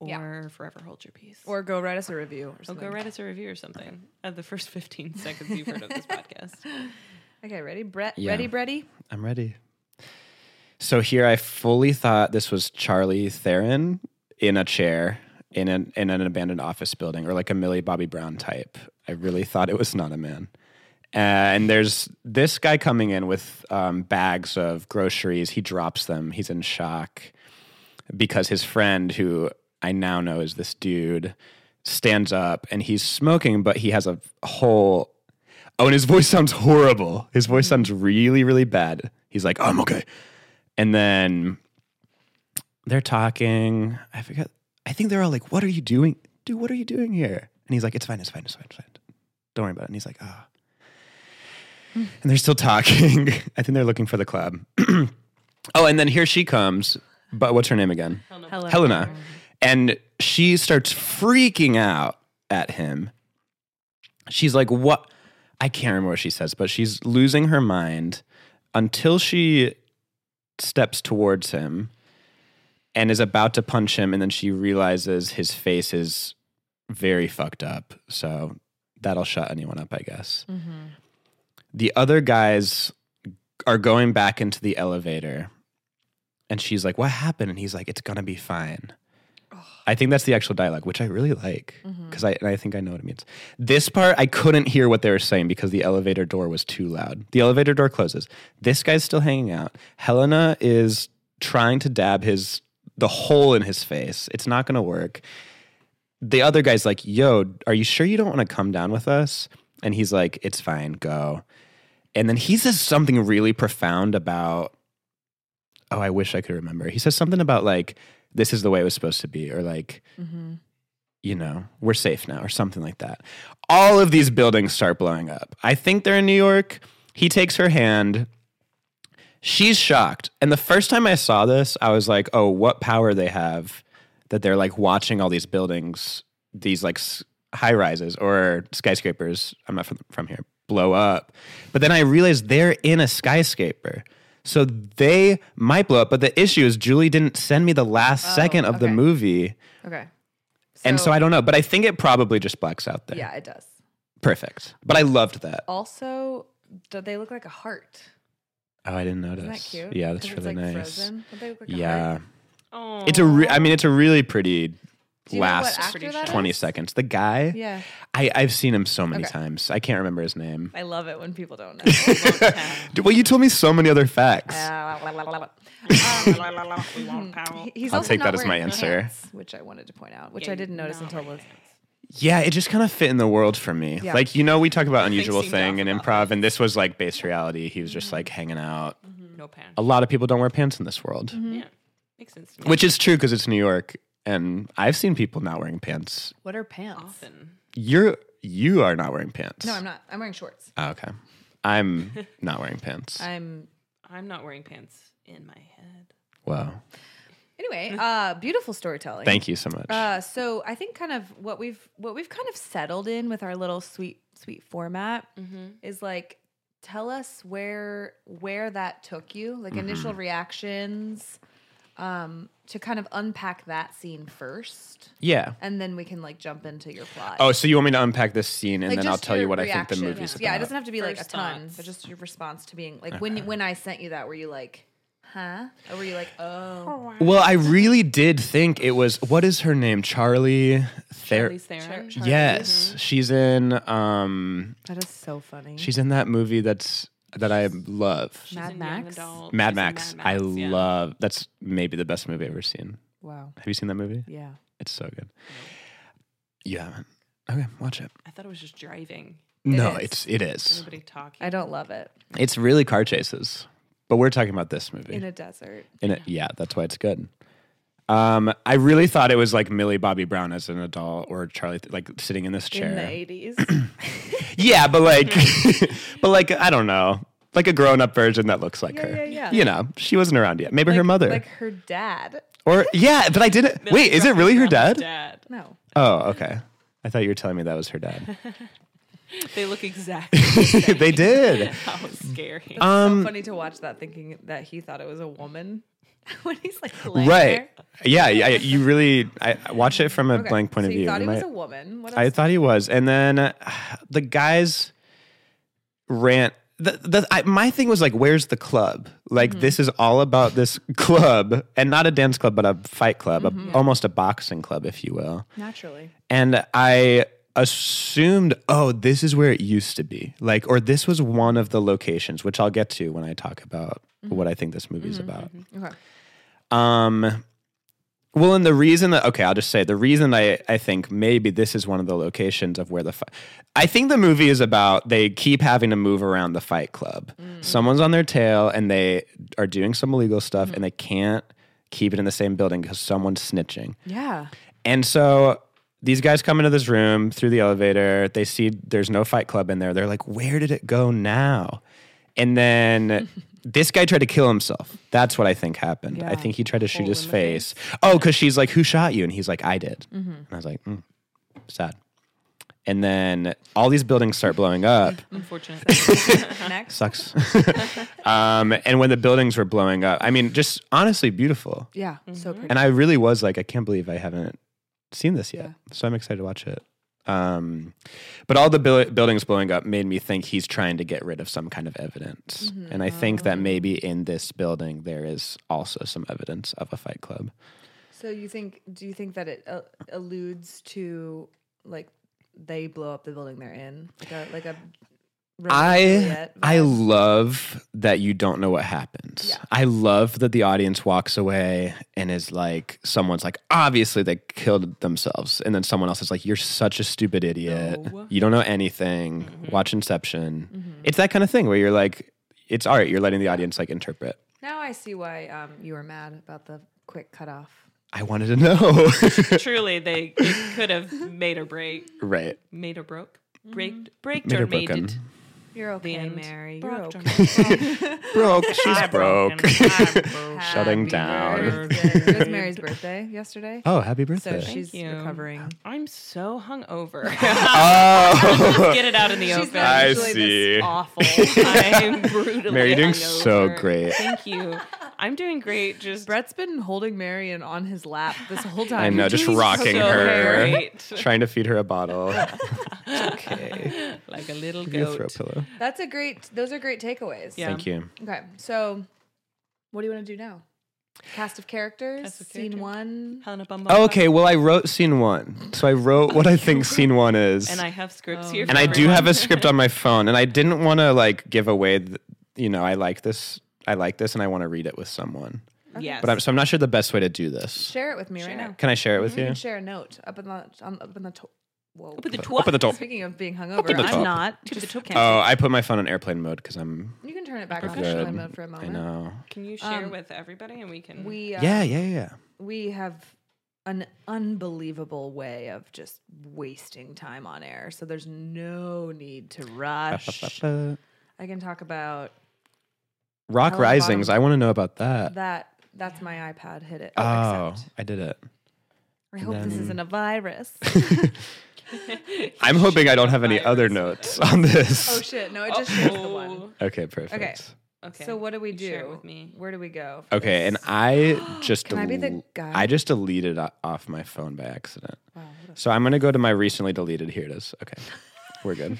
Speaker 2: or
Speaker 1: Yeah.
Speaker 2: forever hold your peace.
Speaker 1: Or go write us a review. Or
Speaker 2: Oh,
Speaker 1: something.
Speaker 2: go write us a review or something of the first
Speaker 1: <laughs>
Speaker 2: 15 seconds you've heard of this podcast.
Speaker 1: Okay, ready, Brett?
Speaker 3: Yeah.
Speaker 1: Ready, Bretty?
Speaker 3: I'm ready. So here I fully thought this was Charlie Theron in a chair in an in an abandoned office building or like a Millie Bobby Brown type. I really thought it was not a man. Uh, and there's this guy coming in with um, bags of groceries. He drops them. He's in shock because his friend, who I now know is this dude, stands up and he's smoking, but he has a whole. Oh, and his voice <laughs> sounds horrible. His voice sounds really, really bad. He's like, I'm okay. And then they're talking. I forget. I think they're all like, What are you doing? Dude, what are you doing here? And he's like, It's fine, it's fine, it's fine, it's fine. Don't worry about it. And he's like, Ah. And they're still talking. <laughs> I think they're looking for the club. <clears throat> oh, and then here she comes. But what's her name again?
Speaker 1: Hello.
Speaker 3: Helena. And she starts freaking out at him. She's like, What? I can't remember what she says, but she's losing her mind until she steps towards him and is about to punch him. And then she realizes his face is very fucked up. So that'll shut anyone up, I guess. The other guys are going back into the elevator. And she's like, What happened? And he's like, It's going to be fine. I think that's the actual dialogue, which I really like because I, and I think I know what it means. This part, I couldn't hear what they were saying because the elevator door was too loud. The elevator door closes. This guy's still hanging out. Helena is trying to dab his the hole in his face. It's not going to work. the other guy's like, "Yo, are you sure you don't want to come down with us?" And he's like, "It's fine, go." And then he says something really profound about oh, I wish I could remember. He says something about like this is the way it was supposed to be or like you know, we're safe now or something like that. All of these buildings start blowing up. I think they're in New York. He takes her hand. She's shocked. And the first time I saw this, I was like, oh, what power they have that they're like watching all these buildings, these like s- high rises or skyscrapers. I'm not from, from here, blow up. But then I realized they're in a skyscraper. So they might blow up. But the issue is, Julie didn't send me the last second of the
Speaker 1: okay.
Speaker 3: movie.
Speaker 1: Okay.
Speaker 3: And so I don't know, but I think it probably just blacks out there.
Speaker 1: Yeah, it does.
Speaker 3: Perfect. But I loved that. Oh,
Speaker 1: Also, do they look like a heart?
Speaker 3: I didn't notice.
Speaker 1: Isn't that cute?
Speaker 3: Yeah, that's
Speaker 1: 'Cause
Speaker 3: really
Speaker 1: it's like
Speaker 3: nice.
Speaker 1: Frozen. Don't they look like a
Speaker 3: Yeah.
Speaker 1: heart?
Speaker 2: Oh,
Speaker 3: It's a re-
Speaker 2: <laughs>
Speaker 3: I mean, it's a really pretty
Speaker 1: Do you know what
Speaker 3: last
Speaker 1: actor that
Speaker 3: 20
Speaker 1: is?
Speaker 3: seconds. The guy,
Speaker 1: Yeah.
Speaker 3: I, I've seen him so many
Speaker 1: Okay.
Speaker 3: times. I can't remember his name.
Speaker 1: I love it when people don't <laughs> know.
Speaker 3: Dude, Well, you told me so many other facts. <laughs>
Speaker 1: um,
Speaker 2: we <laughs> won't power.
Speaker 1: he- he's
Speaker 3: I'll
Speaker 1: also
Speaker 3: take
Speaker 1: not
Speaker 3: that as my
Speaker 1: wearing
Speaker 3: answer.
Speaker 1: pants, which I wanted to point out, which
Speaker 2: Yeah,
Speaker 1: I
Speaker 2: you-
Speaker 1: didn't notice
Speaker 2: no,
Speaker 1: until
Speaker 2: my
Speaker 1: was
Speaker 3: Yeah, it just kind of fit in the world for me.
Speaker 1: Yeah.
Speaker 3: Like, you know, we talk about unusual
Speaker 2: seemed
Speaker 3: thing
Speaker 2: off
Speaker 3: and
Speaker 2: about
Speaker 3: improv, and this was like based reality. He was
Speaker 1: Mm-hmm.
Speaker 3: just like hanging out.
Speaker 2: No pants.
Speaker 3: A lot of people don't wear pants in this world.
Speaker 1: Mm-hmm.
Speaker 2: Yeah, makes sense to me.
Speaker 3: Which is true because it's New York, and I've seen people not wearing pants.
Speaker 1: what are pants?
Speaker 2: Often.
Speaker 3: You're you are not wearing pants.
Speaker 1: No, I'm not. I'm wearing shorts.
Speaker 3: Oh, okay, I'm <laughs> not wearing pants.
Speaker 1: I'm
Speaker 2: I'm not wearing pants in my head.
Speaker 3: wow,
Speaker 1: anyway. Uh, beautiful storytelling.
Speaker 3: thank you so much.
Speaker 1: Uh, so I think kind of what we've what we've kind of settled in with our little sweet sweet format
Speaker 3: Mm-hmm.
Speaker 1: is like tell us where where that took you, like initial
Speaker 3: Mm-hmm.
Speaker 1: reactions, um, to kind of unpack that scene first,
Speaker 3: yeah.
Speaker 1: and then we can like jump into your plot.
Speaker 3: Oh, so you want me to unpack this scene and
Speaker 1: Like,
Speaker 3: then I'll
Speaker 1: just
Speaker 3: tell you
Speaker 1: your
Speaker 3: what I think the
Speaker 1: reaction.
Speaker 3: movie's
Speaker 1: yeah.
Speaker 3: about.
Speaker 1: it doesn't have to be like a
Speaker 2: First
Speaker 1: ton,
Speaker 2: thoughts.
Speaker 1: but just your response to being like when when I sent you that, were you like, huh, or were you like, oh,
Speaker 3: well, I really did think it was what is her name? Charlie Ther-
Speaker 2: Charlize Theron.
Speaker 1: Char-
Speaker 3: Yes,
Speaker 1: mm-hmm.
Speaker 3: she's in um
Speaker 1: that is so funny.
Speaker 3: she's in that movie that's that I love.
Speaker 2: She's
Speaker 1: Mad
Speaker 2: in Young
Speaker 1: Max?
Speaker 2: Adult. She's
Speaker 3: Mad
Speaker 2: in
Speaker 3: Max.
Speaker 2: Mad
Speaker 3: I
Speaker 2: Max, yeah.
Speaker 3: love that's maybe the best movie I've ever seen.
Speaker 1: wow,
Speaker 3: Have you seen that movie?
Speaker 1: yeah.
Speaker 3: It's so good. You haven't. Okay, watch it.
Speaker 2: I thought it was just driving.
Speaker 3: no,
Speaker 1: is.
Speaker 3: it's it is.
Speaker 2: Nobody talking.
Speaker 1: I don't love it
Speaker 3: It's really car chases. But we're talking about this movie.
Speaker 1: in a desert.
Speaker 3: In a- yeah, that's why it's good. Um, I really thought it was like Millie Bobby Brown as an adult or Charlie Th- like sitting in this chair. <clears throat>
Speaker 1: in the 80s.
Speaker 3: yeah,
Speaker 1: <laughs>
Speaker 3: but like <laughs> but like I don't know. Like a grown up version that looks like
Speaker 1: Yeah,
Speaker 3: her.
Speaker 1: yeah, yeah.
Speaker 3: You know, she wasn't around yet. Maybe her
Speaker 1: Like-
Speaker 3: mother.
Speaker 1: Like her dad.
Speaker 3: or yeah, but I didn't wait, is it really her dad?
Speaker 2: Dad.
Speaker 1: No.
Speaker 3: Oh, okay. I thought you were telling me that was her dad.
Speaker 1: <laughs>
Speaker 3: <laughs>
Speaker 2: They look exactly the same.
Speaker 3: they
Speaker 1: <laughs>
Speaker 3: did.
Speaker 2: How scary.
Speaker 1: Um, so funny to watch that thinking that he thought it was a woman <laughs> when he's like laying
Speaker 3: Right.
Speaker 1: there.
Speaker 3: Yeah, yeah, you really I I watch it from a
Speaker 1: Okay,
Speaker 3: blank point
Speaker 1: so
Speaker 3: of
Speaker 1: you
Speaker 3: view.
Speaker 1: thought
Speaker 3: You
Speaker 1: he was
Speaker 3: might-
Speaker 1: a woman. What
Speaker 3: I
Speaker 1: else?
Speaker 3: thought he was, and then uh, the guys rant. The, the, I, my thing was like, where's the club? Like,
Speaker 1: Mm-hmm.
Speaker 3: this is all about this club, and not a dance club, but a fight club, a,
Speaker 1: Mm-hmm.
Speaker 3: almost a boxing club, if you will.
Speaker 1: Naturally.
Speaker 3: And I assumed, oh, this is where it used to be. Like, or this was one of the locations, which I'll get to when I talk about
Speaker 1: Mm-hmm.
Speaker 3: what I think this movie's about.
Speaker 1: Okay.
Speaker 3: Um, well, and the reason that okay, I'll just say the reason I I think maybe this is one of the locations of where the fight. I think the movie is about they keep having to move around the Fight Club. Someone's on their tail, and they are doing some illegal stuff, and they can't keep it in the same building because someone's snitching.
Speaker 1: Yeah.
Speaker 3: And so these guys come into this room through the elevator. They see there's no fight club in there. They're like, where did it go now? And then this guy tried to kill himself. That's what I think happened. I
Speaker 1: Yeah.
Speaker 3: think he tried to shoot his face. Oh, because she's like, who shot you? And he's like, I did. And I was like, mm, sad. And then all these buildings start blowing up.
Speaker 2: Unfortunate.
Speaker 1: Next.
Speaker 3: Sucks. <laughs> um, and when the buildings were blowing up, I mean, just honestly beautiful.
Speaker 1: Yeah. So pretty.
Speaker 3: And I really was like, I can't believe I haven't seen this yet. So I'm excited to watch it. Um, but all the buil- buildings blowing up made me think he's trying to get rid of some kind of evidence. And I think that maybe in this building there is also some evidence of a fight club.
Speaker 1: So you think? Do you think that it uh, alludes to like they blow up the building they're in, like a, like a
Speaker 3: I
Speaker 1: it,
Speaker 3: I
Speaker 1: but-
Speaker 3: love that you don't know what happens.
Speaker 1: Yeah.
Speaker 3: I love that the audience walks away and is like, someone's like, obviously they killed themselves, and then someone else is like, you're such a stupid idiot.
Speaker 2: No. Mm-hmm.
Speaker 3: You don't know anything.
Speaker 2: Mhm.
Speaker 3: Watch Inception.
Speaker 1: Mhm.
Speaker 3: It's that kind of thing where you're like, it's all right. You're letting the audience like interpret.
Speaker 1: Now I see why um, you were mad about the quick cutoff.
Speaker 3: I wanted
Speaker 2: <laughs>
Speaker 3: to know.
Speaker 2: Truly, they it could have made or break,
Speaker 3: right.
Speaker 2: made or broke,
Speaker 1: Mm-hmm.
Speaker 2: braked, braked
Speaker 3: Made
Speaker 2: or,
Speaker 3: or
Speaker 2: made
Speaker 3: broken.
Speaker 2: it.
Speaker 1: You're
Speaker 2: The
Speaker 1: okay,
Speaker 2: end.
Speaker 1: Mary. You're
Speaker 2: Broke.
Speaker 1: okay.
Speaker 3: Broke. She's
Speaker 2: I'm
Speaker 3: broke.
Speaker 2: broken. I'm broke.
Speaker 3: Shutting
Speaker 1: Happy
Speaker 3: down.
Speaker 1: birthday. it was Mary's birthday yesterday,
Speaker 3: <laughs> oh, happy
Speaker 1: so
Speaker 3: birthday.
Speaker 1: she's
Speaker 2: you.
Speaker 1: recovering.
Speaker 2: I'm so
Speaker 1: <laughs>
Speaker 2: hungover. <laughs>
Speaker 3: oh.
Speaker 2: Get it out in the
Speaker 1: She's
Speaker 2: open.
Speaker 1: not
Speaker 3: I
Speaker 1: usually
Speaker 3: see. <laughs>
Speaker 1: this awful.
Speaker 2: <laughs> I'm brutally
Speaker 3: Mary, you're doing so
Speaker 2: hungover.
Speaker 3: great.
Speaker 2: Thank you. I'm doing great. Just
Speaker 1: Brett's been holding Marion on his lap this whole time.
Speaker 3: I know, just
Speaker 1: Jesus.
Speaker 3: rocking
Speaker 2: so
Speaker 3: her,
Speaker 1: <laughs>
Speaker 2: great.
Speaker 3: trying to feed her
Speaker 2: <laughs>
Speaker 3: a bottle. It's okay.
Speaker 2: like a little
Speaker 3: Give you a throw
Speaker 2: goat.
Speaker 3: pillow.
Speaker 1: That's a great. Those are great takeaways.
Speaker 2: Yeah.
Speaker 3: Thank you.
Speaker 1: Okay, so what do you want to do now? Cast of characters.
Speaker 2: Cast of
Speaker 1: Scene
Speaker 2: characters.
Speaker 1: one.
Speaker 2: Helena Bonham
Speaker 3: Oh,
Speaker 2: Carter.
Speaker 3: okay, well, I wrote scene one, so I wrote what I think scene one is,
Speaker 2: And I have scripts
Speaker 1: Oh, no.
Speaker 2: here. For
Speaker 3: And I do
Speaker 2: everyone.
Speaker 3: have a script on my phone, and I didn't want to like give away, th- you know, I like this, I like this, and I want to read it with someone,
Speaker 2: Yes.
Speaker 3: but I'm so I'm not sure the best way to do this.
Speaker 1: Share it with me
Speaker 2: Share
Speaker 1: right
Speaker 2: it.
Speaker 1: now.
Speaker 3: Can I share it with
Speaker 1: You
Speaker 3: you?
Speaker 1: can share a note up in the on, up in the. To- Whoa.
Speaker 2: Open the
Speaker 3: Up at the
Speaker 2: twat.
Speaker 3: top.
Speaker 1: Speaking of being hungover,
Speaker 3: in the
Speaker 1: I'm
Speaker 3: top.
Speaker 1: not.
Speaker 2: To the
Speaker 1: Just-
Speaker 2: top.
Speaker 3: <laughs> Oh, I put my phone on airplane mode because I'm.
Speaker 1: You can turn it back
Speaker 3: We're
Speaker 1: on
Speaker 3: good.
Speaker 1: airplane mode for a
Speaker 3: I
Speaker 1: moment.
Speaker 3: know.
Speaker 2: Can you share
Speaker 1: Um,
Speaker 2: with everybody and we can?
Speaker 1: We uh,
Speaker 3: Yeah, yeah, yeah.
Speaker 1: we have an unbelievable way of just wasting time on air. So there's no need to
Speaker 3: <laughs>
Speaker 1: rush.
Speaker 3: Ba-ba-ba.
Speaker 1: I can talk about
Speaker 3: Rock
Speaker 1: Helena
Speaker 3: Risings.
Speaker 1: Bonham-
Speaker 3: I want to know about that.
Speaker 1: that. That's my iPad. Hit it.
Speaker 3: Uh, Oh,
Speaker 1: accept.
Speaker 3: I did it.
Speaker 1: I hope this isn't a virus.
Speaker 2: <laughs>
Speaker 3: <laughs> I'm hoping I don't have any
Speaker 2: Virus.
Speaker 3: other notes on this.
Speaker 1: oh shit! No, it just shares the one.
Speaker 2: Oh,
Speaker 3: Okay, perfect.
Speaker 1: Okay.
Speaker 2: Okay.
Speaker 1: So what do we
Speaker 2: you
Speaker 1: do?
Speaker 2: Share it with me.
Speaker 1: Where do we go? for
Speaker 3: Okay, and
Speaker 1: this?
Speaker 3: I just
Speaker 1: <gasps> Can I be the
Speaker 3: del-
Speaker 1: guy?
Speaker 3: I just deleted o- off my phone by accident.
Speaker 1: Wow, what
Speaker 3: So I'm gonna go to my recently deleted. Here it is. Okay,
Speaker 1: <laughs>
Speaker 3: we're good.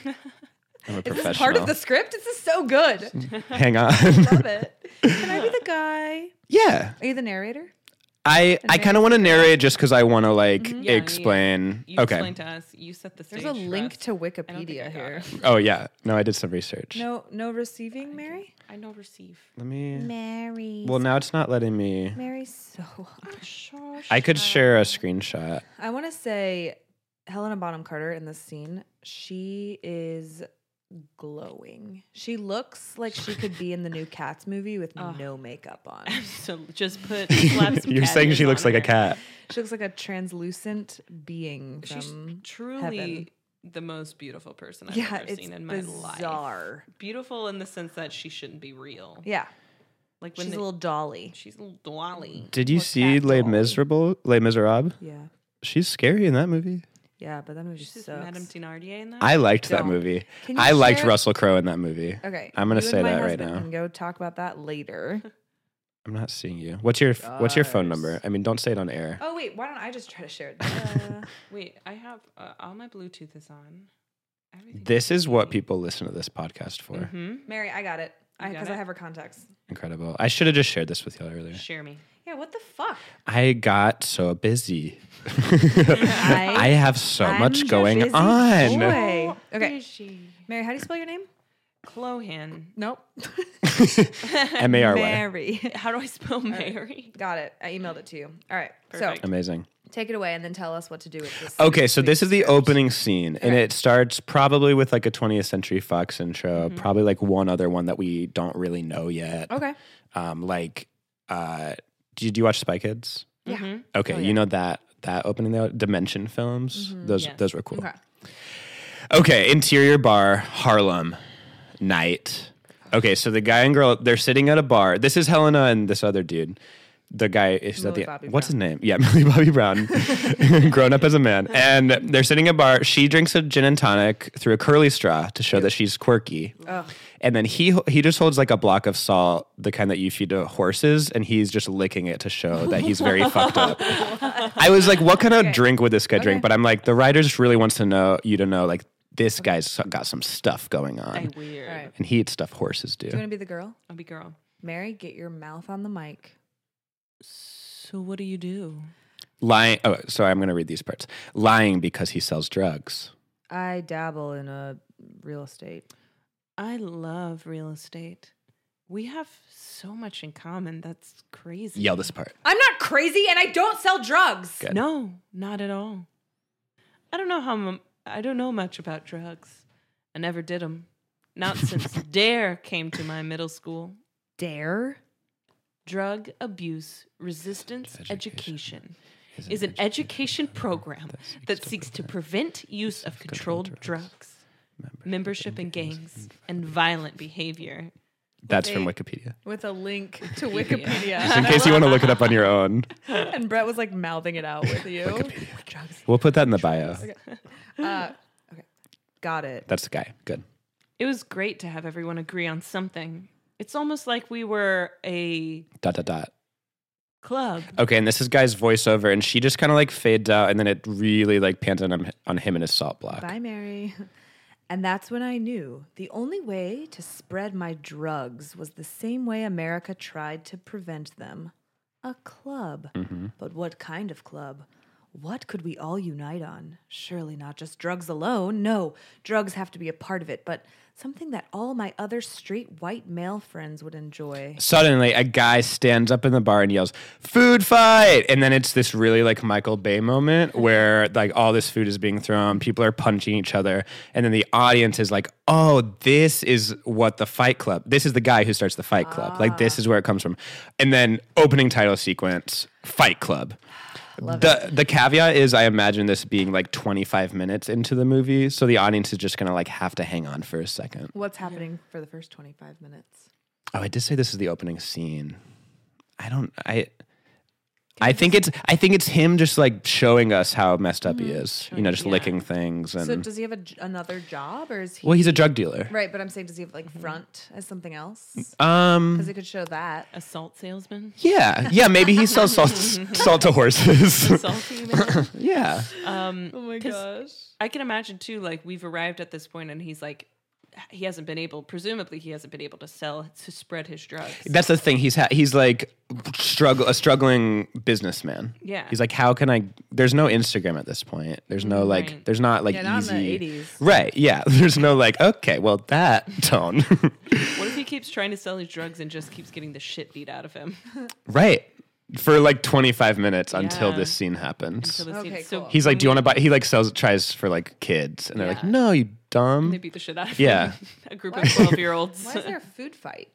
Speaker 3: I'm
Speaker 1: a-
Speaker 3: a
Speaker 1: is
Speaker 3: professional.
Speaker 1: this part of the script? This is so good.
Speaker 3: <laughs> Hang on. <laughs>
Speaker 1: Love it. Can I be
Speaker 2: <laughs>
Speaker 1: the guy?
Speaker 3: yeah,
Speaker 1: Are you the narrator?
Speaker 3: I I kind of want to narrate just because I want to like
Speaker 1: Mm-hmm.
Speaker 2: Yeah, you-
Speaker 3: explain.
Speaker 2: You
Speaker 3: okay.
Speaker 2: explain to us. You set the stage.
Speaker 1: There's a
Speaker 2: for
Speaker 1: link
Speaker 2: us.
Speaker 1: to
Speaker 2: I don't think I
Speaker 1: Wikipedia
Speaker 2: got
Speaker 1: here.
Speaker 2: it.
Speaker 3: Oh yeah. No, I did some research.
Speaker 1: No, no receiving, Mary.
Speaker 2: I know receive.
Speaker 3: Let me.
Speaker 1: Mary.
Speaker 3: Well, now it's not letting me.
Speaker 1: Mary's so. <laughs> hot.
Speaker 3: I
Speaker 1: uh,
Speaker 3: could share
Speaker 1: <laughs>
Speaker 3: a screenshot.
Speaker 1: I want to say Helena Bonham Carter in this scene. She is glowing. She looks like she could be in the new Cats movie
Speaker 2: <laughs>
Speaker 1: with no makeup on.
Speaker 2: <laughs> So just
Speaker 3: <laughs>
Speaker 2: put. slap some
Speaker 3: You're
Speaker 2: cat
Speaker 3: saying
Speaker 2: ears
Speaker 3: she looks
Speaker 2: on
Speaker 3: like a
Speaker 2: her.
Speaker 3: cat.
Speaker 1: She looks like a translucent being
Speaker 2: She's
Speaker 1: from.
Speaker 2: truly
Speaker 1: heaven.
Speaker 2: the most beautiful person I've
Speaker 1: yeah,
Speaker 2: ever
Speaker 1: it's
Speaker 2: seen in my life.
Speaker 1: bizarre.
Speaker 2: Beautiful in the sense that she shouldn't be real.
Speaker 1: Yeah,
Speaker 2: Like when
Speaker 1: she's
Speaker 2: they-
Speaker 1: a little dolly.
Speaker 2: she's a little dolly.
Speaker 3: Did you
Speaker 2: Or
Speaker 3: see
Speaker 2: cat
Speaker 3: Les
Speaker 2: doll.
Speaker 3: Miserable? Les Miserables?
Speaker 1: Yeah,
Speaker 3: She's scary in that movie.
Speaker 1: yeah, but that movie
Speaker 2: She's
Speaker 1: sucks.
Speaker 2: Madame Thénardier in that.
Speaker 3: I liked that
Speaker 1: Don't.
Speaker 3: movie.
Speaker 1: Can you
Speaker 3: I liked
Speaker 1: share-
Speaker 3: Russell Crowe in that movie.
Speaker 1: Okay,
Speaker 3: I'm gonna
Speaker 1: you and
Speaker 3: say
Speaker 1: my
Speaker 3: that right
Speaker 1: husband
Speaker 3: now.
Speaker 1: Can go talk about that
Speaker 2: <laughs>
Speaker 1: later.
Speaker 3: I'm not seeing you. What's your What's your phone
Speaker 1: Guys.
Speaker 3: number? I mean, don't say it on air.
Speaker 1: Oh wait, why don't I just try to
Speaker 2: <laughs>
Speaker 1: share
Speaker 2: Uh,
Speaker 1: that?
Speaker 2: Wait, I have uh, all my Bluetooth is on. Everything
Speaker 3: This is what people listen to this podcast for.
Speaker 1: Mm-hmm.
Speaker 2: hmm
Speaker 1: Mary, I got it
Speaker 2: You got
Speaker 1: because I,
Speaker 2: it?
Speaker 1: have her contacts.
Speaker 3: Incredible. I should have just shared this with y'all earlier.
Speaker 2: Share me.
Speaker 1: Yeah, what the fuck?
Speaker 3: I got so
Speaker 1: <laughs>
Speaker 3: busy. <laughs>
Speaker 1: I-
Speaker 3: I, have so
Speaker 1: I'm
Speaker 3: much
Speaker 1: your
Speaker 3: going
Speaker 1: busy
Speaker 3: on.
Speaker 1: boy. Okay,
Speaker 2: Busy.
Speaker 1: Mary, how do you spell your name?
Speaker 2: Clohan.
Speaker 3: <laughs>
Speaker 1: Nope.
Speaker 3: <laughs> M A
Speaker 1: <laughs>
Speaker 3: R Y.
Speaker 1: Mary.
Speaker 2: How do I spell Mary?
Speaker 1: Got it. I emailed it to you. All right.
Speaker 2: Perfect.
Speaker 3: Amazing.
Speaker 1: So take it away and then tell us what to do with this.
Speaker 3: Okay, so
Speaker 1: sweet
Speaker 3: this is the
Speaker 1: script.
Speaker 3: opening scene, and
Speaker 1: Okay.
Speaker 3: it starts probably with like a 20th Century Fox intro,
Speaker 1: Mm-hmm.
Speaker 3: probably like one other one that we don't really know yet.
Speaker 1: Okay.
Speaker 3: Um, like, uh, did you watch Spy Kids?
Speaker 1: Yeah.
Speaker 2: Mhm.
Speaker 3: Okay,
Speaker 1: Oh, yeah. Mm-hmm.
Speaker 3: you know that that opening though, Dimension Films. Those
Speaker 2: Yes.
Speaker 3: those were cool.
Speaker 1: Okay.
Speaker 3: Okay, interior bar, Harlem, night. Okay, so the guy and girl they're sitting at a bar. This is Helena and this other dude. The guy is that
Speaker 1: Millie
Speaker 3: the
Speaker 1: Bobby
Speaker 3: what's
Speaker 1: Brown.
Speaker 3: his name? Yeah, <laughs> Millie Bobby Brown, grown up as a man, and they're sitting at a bar. She drinks a gin and tonic through a curly straw to show that she's quirky. And then he he just holds like a block of salt, the kind that you feed to horses, and he's just licking it to show that he's very
Speaker 1: <laughs>
Speaker 3: fucked up. I was like, what kind of drink would this guy drink? But I'm like, the writer just really wants to know you to know like this guy's got some stuff going on,
Speaker 2: I weird.
Speaker 1: All right.
Speaker 3: and he eats stuff horses do.
Speaker 1: Do you want to be the girl?
Speaker 2: I'll be girl.
Speaker 1: Mary, get your mouth on the mic.
Speaker 2: So what do you do?
Speaker 3: Lying. Oh, sorry, I'm gonna read these parts. Lying because he sells drugs.
Speaker 1: I dabble in a real estate.
Speaker 2: I love real estate. We have so much in common. That's crazy.
Speaker 3: Yell this part.
Speaker 1: I'm not crazy and I don't sell drugs.
Speaker 3: Good.
Speaker 2: No, not at all. I don't know how mu- I don't know much about drugs. I never did them. Not <laughs> since Dare came to my middle school.
Speaker 1: Dare?
Speaker 2: Drug abuse resistance education,
Speaker 3: Is
Speaker 2: is an education program that seeks to prevent use of controlled drugs, membership in gangs, and violent behavior.
Speaker 3: That's from
Speaker 1: They-
Speaker 3: Wikipedia.
Speaker 1: With a <laughs> link to Wikipedia.
Speaker 3: In case you want to look it up on your own,
Speaker 1: <laughs> and Brett was like mouthing it out
Speaker 3: <laughs>
Speaker 1: with you. drugs.
Speaker 3: we'll put that in the bio.
Speaker 1: Uh, <laughs> okay. Got it.
Speaker 3: That's the guy. Good.
Speaker 2: It was great to have everyone agree on something. It's almost like we were a
Speaker 3: Dot dot dot.
Speaker 2: club.
Speaker 3: Okay, and this is guy's voiceover, and she just kind of like fades out, and then it really like pans in on, on him and his salt block.
Speaker 1: Bye, Mary. <laughs> And that's when I knew the only way to spread my drugs was the same way America tried to prevent them a club. But what kind of club? What could we all unite on? Surely not just drugs alone. No, drugs have to be a part of it, but something that all my other straight white male friends would enjoy.
Speaker 3: Suddenly, a guy stands up in the bar and yells, "Food fight!" And then it's this really like Michael Bay moment where like all this food is being thrown, people are punching each other, and then the audience is like, "Oh, this is what the Fight Club. This is the guy who starts the Fight Club. Like this is where it comes from." And then opening title sequence, Fight Club. the the caveat is I imagine this being like 25 minutes into the movie, so the audience is just gonna like have to hang on for a second.
Speaker 1: What's happening for the first 25 minutes?
Speaker 3: Oh, I did say this is the opening scene. I don't. I. I think it's. I think it's him just like showing us how messed up he is. You know, just licking things and.
Speaker 1: Mm-hmm. So, does he have a j another job or is he?
Speaker 3: Mm-hmm. well, he's a drug dealer.
Speaker 1: Right, but I'm saying, does he have like front as something else?
Speaker 3: Mm-hmm. Um.
Speaker 1: Because it could show that.
Speaker 2: Assault salesman?
Speaker 3: Yeah. Yeah. Maybe he sells
Speaker 1: <laughs>
Speaker 3: salt, salt to horses.
Speaker 2: Salty <laughs> man?
Speaker 3: <laughs> yeah.
Speaker 1: Oh my
Speaker 2: 'Cause-
Speaker 1: gosh.
Speaker 2: I can imagine too, like we've arrived at this point and he's like he hasn't been able presumably he hasn't been able to sell to spread his drugs.
Speaker 3: That's the thing. He's ha- he's like struggle a struggling businessman.
Speaker 2: Yeah.
Speaker 3: He's like, how can I? There's no Instagram at this point. There's no like.
Speaker 2: Right.
Speaker 3: There's not like
Speaker 1: Yeah, not
Speaker 3: easy.
Speaker 1: in the 80s.
Speaker 3: Right. Yeah. <laughs> There's no like. Okay. Well, that tone.
Speaker 2: What if he keeps trying to sell his drugs and just keeps getting the shit beat out of him? <laughs>
Speaker 3: Right. For like 25 minutes until
Speaker 2: Yeah.
Speaker 3: this scene happens.
Speaker 2: So this
Speaker 1: Okay,
Speaker 2: dude- so
Speaker 1: cool.
Speaker 3: He's like, Do you want to buy? He like sells, tries for like kids. And they're like,
Speaker 2: Yeah.
Speaker 3: No, you
Speaker 2: they
Speaker 3: dumb.
Speaker 2: beat the shit out of
Speaker 3: Yeah.
Speaker 2: him. <laughs> a group of twelve year olds.
Speaker 1: Why is
Speaker 3: <laughs>
Speaker 1: there a food fight?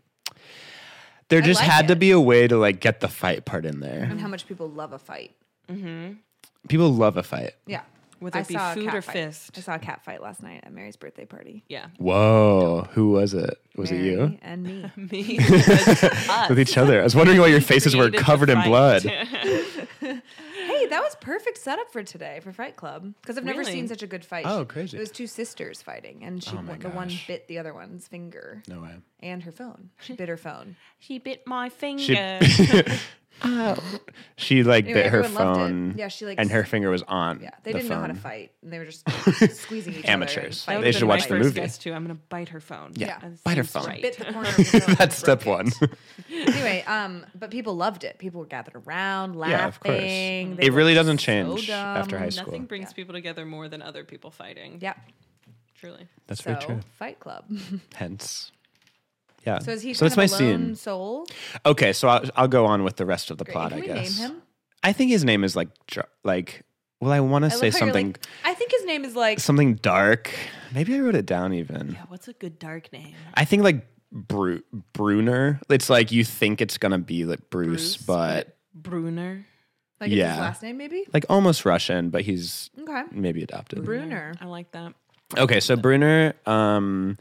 Speaker 3: There just
Speaker 1: like
Speaker 3: had to
Speaker 1: it.
Speaker 3: be a way to like get the fight part in there.
Speaker 1: And how much people love a fight.
Speaker 3: People love a fight.
Speaker 1: Yeah.
Speaker 2: Whether it be
Speaker 1: a
Speaker 2: food
Speaker 1: cat
Speaker 2: or
Speaker 1: fight.
Speaker 2: fist.
Speaker 1: I saw a cat fight last night at Mary's birthday party.
Speaker 2: <laughs> <laughs> Yeah.
Speaker 3: Whoa. Who was it? Was it
Speaker 1: Mary
Speaker 3: you?
Speaker 1: And
Speaker 3: <laughs>
Speaker 1: me.
Speaker 2: Me. That's us.
Speaker 3: With each other. I was wondering why
Speaker 1: <laughs>
Speaker 3: your faces were
Speaker 2: Created the
Speaker 3: covered in
Speaker 2: fight. <laughs>
Speaker 3: blood.
Speaker 1: hey, that was perfect setup for today for Fight Club. Because I've never
Speaker 2: Really?
Speaker 1: seen such a good fight.
Speaker 3: Oh,
Speaker 1: She-
Speaker 3: crazy. Oh
Speaker 1: It was two sisters fighting, and she the one bit the other one's finger
Speaker 3: No way.
Speaker 1: and her phone. She bit her
Speaker 3: <laughs>
Speaker 1: phone.
Speaker 2: She bit my
Speaker 3: She, <laughs>
Speaker 2: finger.
Speaker 3: she like
Speaker 1: Anyway,
Speaker 3: bit her
Speaker 1: everyone loved it.
Speaker 3: phone.
Speaker 1: Yeah, she, like,
Speaker 3: and her
Speaker 1: s-
Speaker 3: finger was on.
Speaker 1: Yeah, they
Speaker 3: the
Speaker 1: didn't know how to
Speaker 3: phone.
Speaker 1: fight, and they were
Speaker 3: <laughs>
Speaker 1: just squeezing each
Speaker 3: Amateurs.
Speaker 1: other.
Speaker 3: They
Speaker 1: and
Speaker 2: That
Speaker 1: fighting.
Speaker 2: would've
Speaker 3: should
Speaker 2: been
Speaker 3: watch
Speaker 2: my first
Speaker 3: the movie.
Speaker 2: guess, too. I'm gonna bite her phone.
Speaker 3: Yeah.
Speaker 2: That
Speaker 3: Bite her
Speaker 2: seems
Speaker 3: phone.
Speaker 2: right.
Speaker 1: Bit the
Speaker 3: <laughs>
Speaker 1: corner of her phone.
Speaker 3: That's step one.
Speaker 1: anyway, um, but people loved it. People were gathered around, laughing.
Speaker 3: Yeah, of course.
Speaker 1: They
Speaker 3: it
Speaker 1: were
Speaker 3: really doesn't
Speaker 1: so
Speaker 3: change after
Speaker 1: dumb.
Speaker 3: high
Speaker 2: Nothing
Speaker 3: school.
Speaker 2: brings people together more than other people fighting.
Speaker 1: Yeah.
Speaker 2: Truly.
Speaker 3: That's
Speaker 1: so
Speaker 3: very true.
Speaker 1: Fight Club.
Speaker 3: Hence, yeah.
Speaker 1: So is he
Speaker 3: So
Speaker 1: kind
Speaker 3: that's
Speaker 1: of
Speaker 3: my
Speaker 1: a lone
Speaker 3: scene.
Speaker 1: soul?
Speaker 3: Okay, so I'll, I'll go on with the rest of the
Speaker 1: Great.
Speaker 3: plot.
Speaker 1: Can
Speaker 3: I
Speaker 1: we
Speaker 3: guess.
Speaker 1: name him?
Speaker 3: I think his name is like Dr- like. Well, I want to
Speaker 1: I
Speaker 3: say
Speaker 1: love how you're
Speaker 3: something
Speaker 1: Like, I think his name is like
Speaker 3: something dark. Maybe I wrote it down even.
Speaker 2: Yeah, what's a good dark name?
Speaker 3: I think like Bru- Bruner. It's like you think it's gonna be like Bruce, but
Speaker 2: Bruner.
Speaker 1: like it's
Speaker 3: yeah. Mm-hmm.
Speaker 1: his last name maybe.
Speaker 3: like almost Russian, but he's
Speaker 1: Okay.
Speaker 3: maybe adopted.
Speaker 1: Mm. Bruner.
Speaker 3: Oh.
Speaker 2: I like that.
Speaker 3: Okay, so Bruner. Um,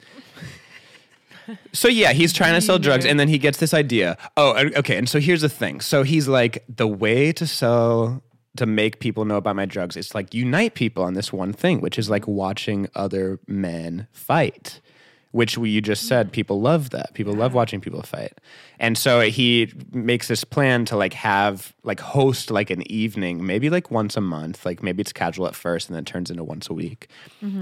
Speaker 3: so yeah, he's trying to sell drugs, and then he gets this idea. Oh, and- okay. And so here's the thing. So he's like, the way to sell to make people know about my drugs is like unite people on this one thing, which is like watching other men fight. Which we, you just said, people love that. People love watching people fight, and so he makes this plan to like have like host like an evening, maybe like once a month. Like maybe it's casual at first, and then it turns into once a week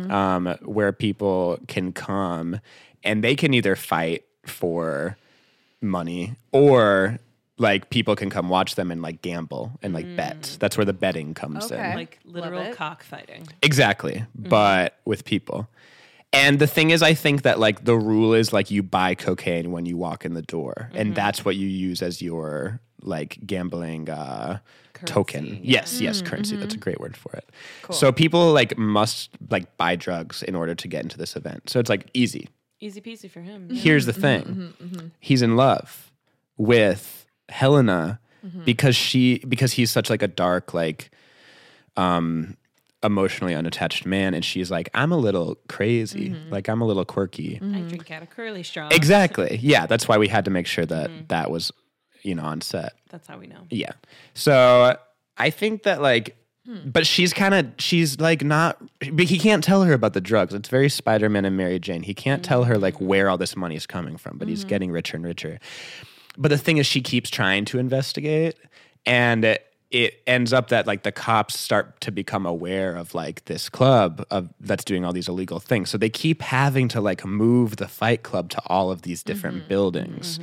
Speaker 3: um, where people can come and they can either fight for money or like people can come watch them and like gamble and like bet. That's where the betting comes in.
Speaker 1: Okay.
Speaker 2: Like literal
Speaker 1: it.
Speaker 2: cockfighting.
Speaker 3: Exactly, but with people. And the thing is, I think that like the rule is like you buy cocaine when you walk in the door, and that's what you use as your like gambling uh, token.
Speaker 2: Currency,
Speaker 3: Yes, yes, currency. That's a great word for it. So people like must like buy drugs in order to get into this event. So it's like easy.
Speaker 2: Easy peasy for him.
Speaker 3: Here's the thing he's in love with Helena because she because he's such like a dark like um emotionally unattached man and she's like I'm a little crazy like I'm a little quirky
Speaker 2: I drink out of curly straw.
Speaker 3: exactly yeah that's why we had to make sure that that was you know on set
Speaker 2: That's how we know.
Speaker 3: yeah. So I think that like, but she's kind of she's like not. But he can't tell her about the drugs. It's very Spider Man and Mary Jane. He can't tell her like where all this money is coming from. But he's getting richer and richer. But the thing is, she keeps trying to investigate, and it, it ends up that like the cops start to become aware of like this club of that's doing all these illegal things. So they keep having to like move the Fight Club to all of these different buildings.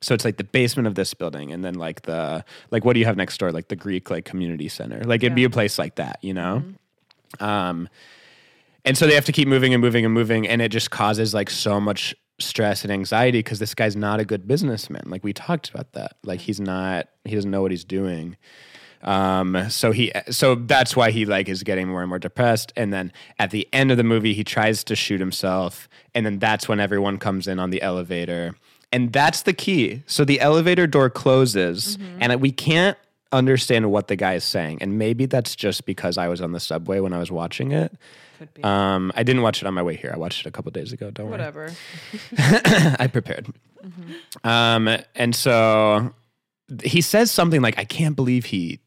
Speaker 3: So it's like the basement of this building, and then like the like what do you have next door? Like the Greek like community center. Like it'd be a place like that, you know. Um, and so they have to keep moving and moving and moving, and it just causes like so much stress and anxiety because this guy's not a good businessman. Like we talked about that. Like he's not. He doesn't know what he's doing. Um, so he, so that's why he like is getting more and more depressed. And then at the end of the movie, he tries to shoot himself, and then that's when everyone comes in on the elevator, and that's the key. So the elevator door closes,
Speaker 2: Mm-hmm.
Speaker 3: and we can't understand what the guy is saying. And maybe that's just because I was on the subway when I was watching it.
Speaker 2: Could be.
Speaker 3: Um, I didn't watch it on my way here. I watched it a couple days ago. Don't worry.
Speaker 1: Whatever.
Speaker 3: <coughs> I prepared. Um, and so th- he says something like, I can't believe he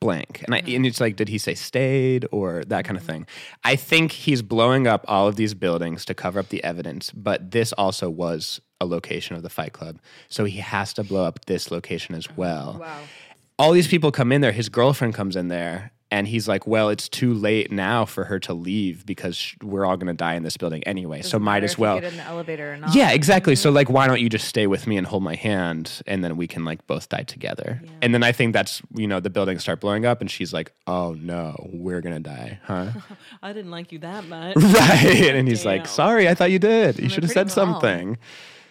Speaker 3: blank. And, I,
Speaker 1: Mm-hmm.
Speaker 3: and it's like, did he say stayed or that kind of thing? I think he's blowing up all of these buildings to cover up the evidence, but this also was a location of the fight club. So he has to blow up this location as well
Speaker 1: Mm-hmm. Wow.
Speaker 3: all these people come in there. His girlfriend comes in there, and he's like, "Well, it's too late now for her to leave because sh- we're all going to die in this building anyway. so
Speaker 1: Doesn't
Speaker 3: might
Speaker 1: matter
Speaker 3: as
Speaker 1: if you
Speaker 3: well."
Speaker 1: get in the elevator or not.
Speaker 3: Yeah, exactly. So like, why don't you just stay with me and hold my hand, and then we can like both die together. And then I think that's you know the buildings start blowing up, and she's like, "Oh no, we're gonna die, huh?"
Speaker 2: I didn't like you that
Speaker 3: <laughs>
Speaker 2: much.
Speaker 3: right? And he's like,
Speaker 2: Damn.
Speaker 3: "Sorry, I thought you did. You should have
Speaker 1: pretty
Speaker 3: said
Speaker 1: tall.
Speaker 3: something."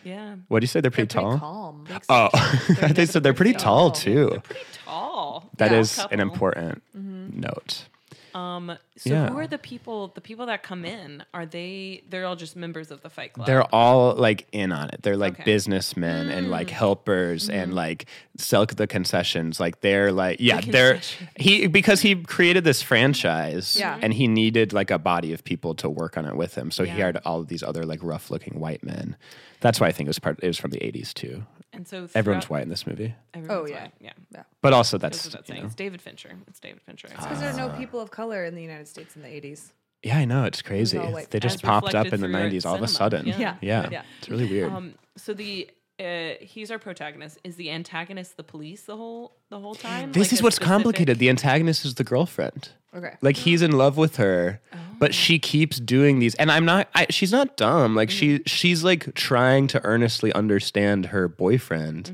Speaker 2: Yeah.
Speaker 3: What do you say? They're
Speaker 1: They're
Speaker 3: pretty,
Speaker 1: pretty
Speaker 3: tall.
Speaker 1: calm.
Speaker 3: Oh, <laughs> they said they're pretty
Speaker 2: pretty
Speaker 1: tall.
Speaker 3: tall too.
Speaker 2: Pretty tall.
Speaker 3: That
Speaker 2: Yeah,
Speaker 3: is an
Speaker 2: couple.
Speaker 3: important note.
Speaker 2: Um, so
Speaker 3: Yeah.
Speaker 2: who are the people? The people that come in are they? They're all just members of the Fight Club.
Speaker 3: They're all like in on it. They're like
Speaker 2: Okay. Mm. Mm-hmm.
Speaker 3: businessmen and like helpers and like sell the concessions. Like they're like yeah, they're he because he created this franchise
Speaker 1: Yeah.
Speaker 3: and he needed like a body of people to work on it with him. So he
Speaker 2: Yeah.
Speaker 3: hired all of these other like rough looking white men. That's why I think it was part it was from the eighties too.
Speaker 2: and so
Speaker 3: Everyone's
Speaker 2: throughout-
Speaker 3: white in this movie.
Speaker 1: Oh,
Speaker 2: Everyone's
Speaker 1: yeah.
Speaker 2: white. yeah.
Speaker 3: But also
Speaker 2: That's
Speaker 3: that's,
Speaker 2: what that's
Speaker 3: you
Speaker 2: saying.
Speaker 3: know- Ah.
Speaker 2: It's David Fincher. It's David Fincher.
Speaker 1: Because there are no people of color in the United States in the 80s.
Speaker 3: yeah, I know, it's crazy.
Speaker 1: all white
Speaker 3: they just
Speaker 2: As
Speaker 3: popped up
Speaker 2: reflected
Speaker 3: in the
Speaker 2: through our
Speaker 3: nineties all of a
Speaker 2: cinema.
Speaker 3: sudden.
Speaker 2: Yeah.
Speaker 1: Yeah.
Speaker 3: Yeah.
Speaker 1: Yeah.
Speaker 3: It's really weird.
Speaker 2: Um, so the uh, he's our protagonist. Is the antagonist the police the whole the whole time?
Speaker 3: this
Speaker 2: Like
Speaker 3: is
Speaker 2: a
Speaker 3: what's
Speaker 2: specific-
Speaker 3: complicated. The antagonist is the girlfriend.
Speaker 1: Okay.
Speaker 3: Like he's in love with her, but she keeps doing these. And I'm not. I, she's not dumb. Like she she's like trying to earnestly understand her boyfriend,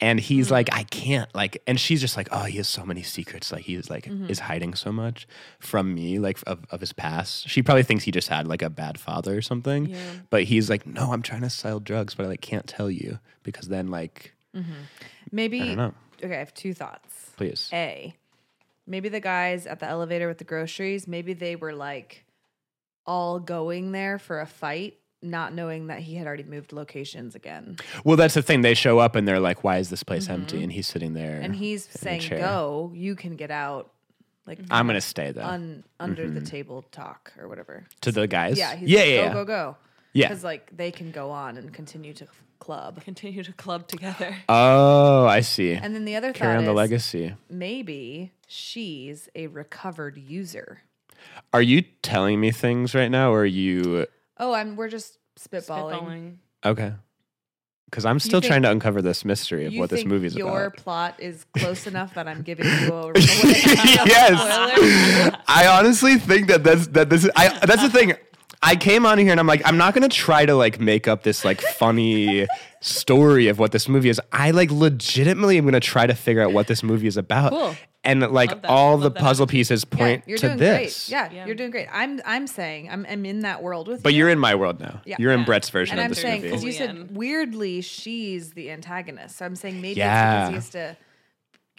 Speaker 3: and he's like, I can't. Like, and she's just like, oh, he has so many secrets. Like he's like is hiding so much from me, like of of his past. She probably thinks he just had like a bad father or something. But he's like, no, I'm trying to sell drugs, but I like can't tell you because then like,
Speaker 1: Maybe.
Speaker 3: I don't know.
Speaker 1: Okay, I have two thoughts.
Speaker 3: please,
Speaker 1: A, maybe the guys at the elevator with the groceries, maybe they were like all going there for a fight, not knowing that he had already moved locations again.
Speaker 3: Well, that's the thing. They show up and they're like, "Why is this place empty?" And he's sitting there.
Speaker 1: And he's saying,
Speaker 3: chair. Mm-hmm.
Speaker 1: go, you can get out. Like,
Speaker 3: I'm gonna stay though.
Speaker 1: un, under the table talk or whatever.
Speaker 3: to the guys.
Speaker 1: Yeah, he's
Speaker 3: Mm-hmm. yeah,
Speaker 1: like,
Speaker 3: yeah, yeah.
Speaker 1: go, go, go.
Speaker 3: Yeah.
Speaker 1: Because like they can go on and continue to f- club.
Speaker 2: Continue to club together.
Speaker 3: Oh, I see.
Speaker 1: And then the other
Speaker 3: Carry
Speaker 1: thought
Speaker 3: on the
Speaker 1: is
Speaker 3: legacy.
Speaker 1: maybe she's a recovered user.
Speaker 3: Are you telling me things right now, or are you
Speaker 1: Oh, I'm we're just <gasps> spitballing.
Speaker 2: Spitballing.
Speaker 3: okay? Because I'm still
Speaker 1: think-
Speaker 3: trying to uncover this mystery of
Speaker 1: You
Speaker 3: what this
Speaker 1: think
Speaker 3: movie's
Speaker 1: your
Speaker 3: about.
Speaker 1: plot is close enough that I'm giving you
Speaker 3: <laughs>
Speaker 1: a, away.
Speaker 3: yes, I honestly think that that's that this. I that's the thing. I came on here and I'm like, I'm not gonna try to like make up this like funny story of what this movie is. I like legitimately am gonna try to figure out what this movie is about.
Speaker 1: Cool.
Speaker 3: And like
Speaker 2: Love that.
Speaker 3: all the
Speaker 2: Love that.
Speaker 3: puzzle pieces point
Speaker 1: yeah, you're
Speaker 3: to
Speaker 1: doing
Speaker 3: this.
Speaker 1: great. Yeah,
Speaker 2: Yeah.
Speaker 1: you're doing great. I'm I'm saying I'm I'm in that world with
Speaker 3: But
Speaker 1: you.
Speaker 3: you're in my world now.
Speaker 1: Yeah.
Speaker 3: You're in
Speaker 2: Yeah.
Speaker 3: Brett's version
Speaker 1: and
Speaker 3: of
Speaker 1: I'm
Speaker 3: this
Speaker 1: saying
Speaker 3: movie.
Speaker 1: because you
Speaker 2: Fully
Speaker 1: said
Speaker 2: in.
Speaker 1: weirdly she's the antagonist. So I'm saying maybe
Speaker 3: Yeah.
Speaker 1: it's because he has to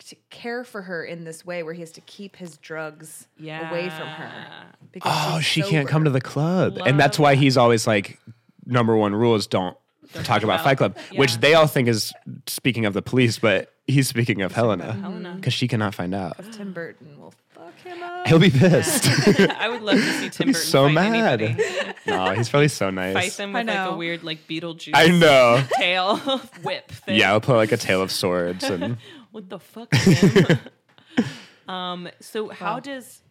Speaker 1: to care for her in this way where he has to keep his drugs <laughs>
Speaker 2: Yeah.
Speaker 1: away from her. Because
Speaker 3: Oh,
Speaker 1: she's
Speaker 3: she can't come to
Speaker 1: sober.
Speaker 3: the club. and that's why he's always like, number one rule is don't talk about Fight Club, which
Speaker 2: Yeah.
Speaker 3: they all think is speaking of the police, but he's speaking of Helena
Speaker 2: Helena.
Speaker 3: because she cannot find out.
Speaker 1: Tim Burton will fuck him up.
Speaker 3: He'll be pissed.
Speaker 2: I would love to
Speaker 1: <laughs>
Speaker 2: see Tim
Speaker 3: be
Speaker 2: Burton
Speaker 3: so
Speaker 2: fight
Speaker 3: mad.
Speaker 2: anybody.
Speaker 3: no, he's probably so
Speaker 2: Fight
Speaker 3: nice.
Speaker 2: them
Speaker 1: I
Speaker 2: with like
Speaker 1: know.
Speaker 2: a weird like Beetlejuice <laughs>
Speaker 3: I know.
Speaker 2: tail whip thing.
Speaker 3: Yeah, I'll play like a tale of swords and
Speaker 2: What the fuck? Tim? <laughs> um. So how does?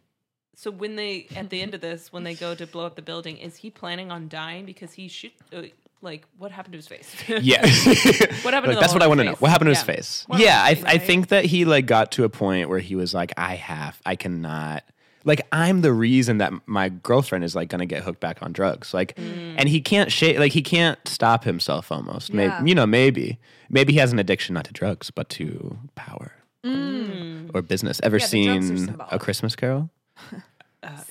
Speaker 2: So when they at the end of this, when they go to blow up the building, is he planning on dying because he should? Uh, like, what happened to his face?
Speaker 3: <laughs> yeah.
Speaker 2: <laughs> What happened?
Speaker 3: Like,
Speaker 2: to the
Speaker 3: that's what
Speaker 2: whole
Speaker 3: I want to
Speaker 2: face?
Speaker 3: know. What happened to his
Speaker 2: Yeah.
Speaker 3: face?
Speaker 2: What
Speaker 3: yeah, I,
Speaker 2: happened to
Speaker 3: I
Speaker 2: his face?
Speaker 3: think that he like got to a point where he was like, I have, I cannot. Like I'm the reason that my girlfriend is like gonna get hooked back on drugs. Like,
Speaker 2: Mm.
Speaker 3: and he can't shake. Like he can't stop himself. Almost. May
Speaker 1: Yeah.
Speaker 3: you know, maybe, maybe he has an addiction not to drugs but to power
Speaker 1: Mm.
Speaker 3: or business. Ever
Speaker 1: Yeah, the drugs are
Speaker 3: seen
Speaker 1: symbolic.
Speaker 3: A Christmas Carol?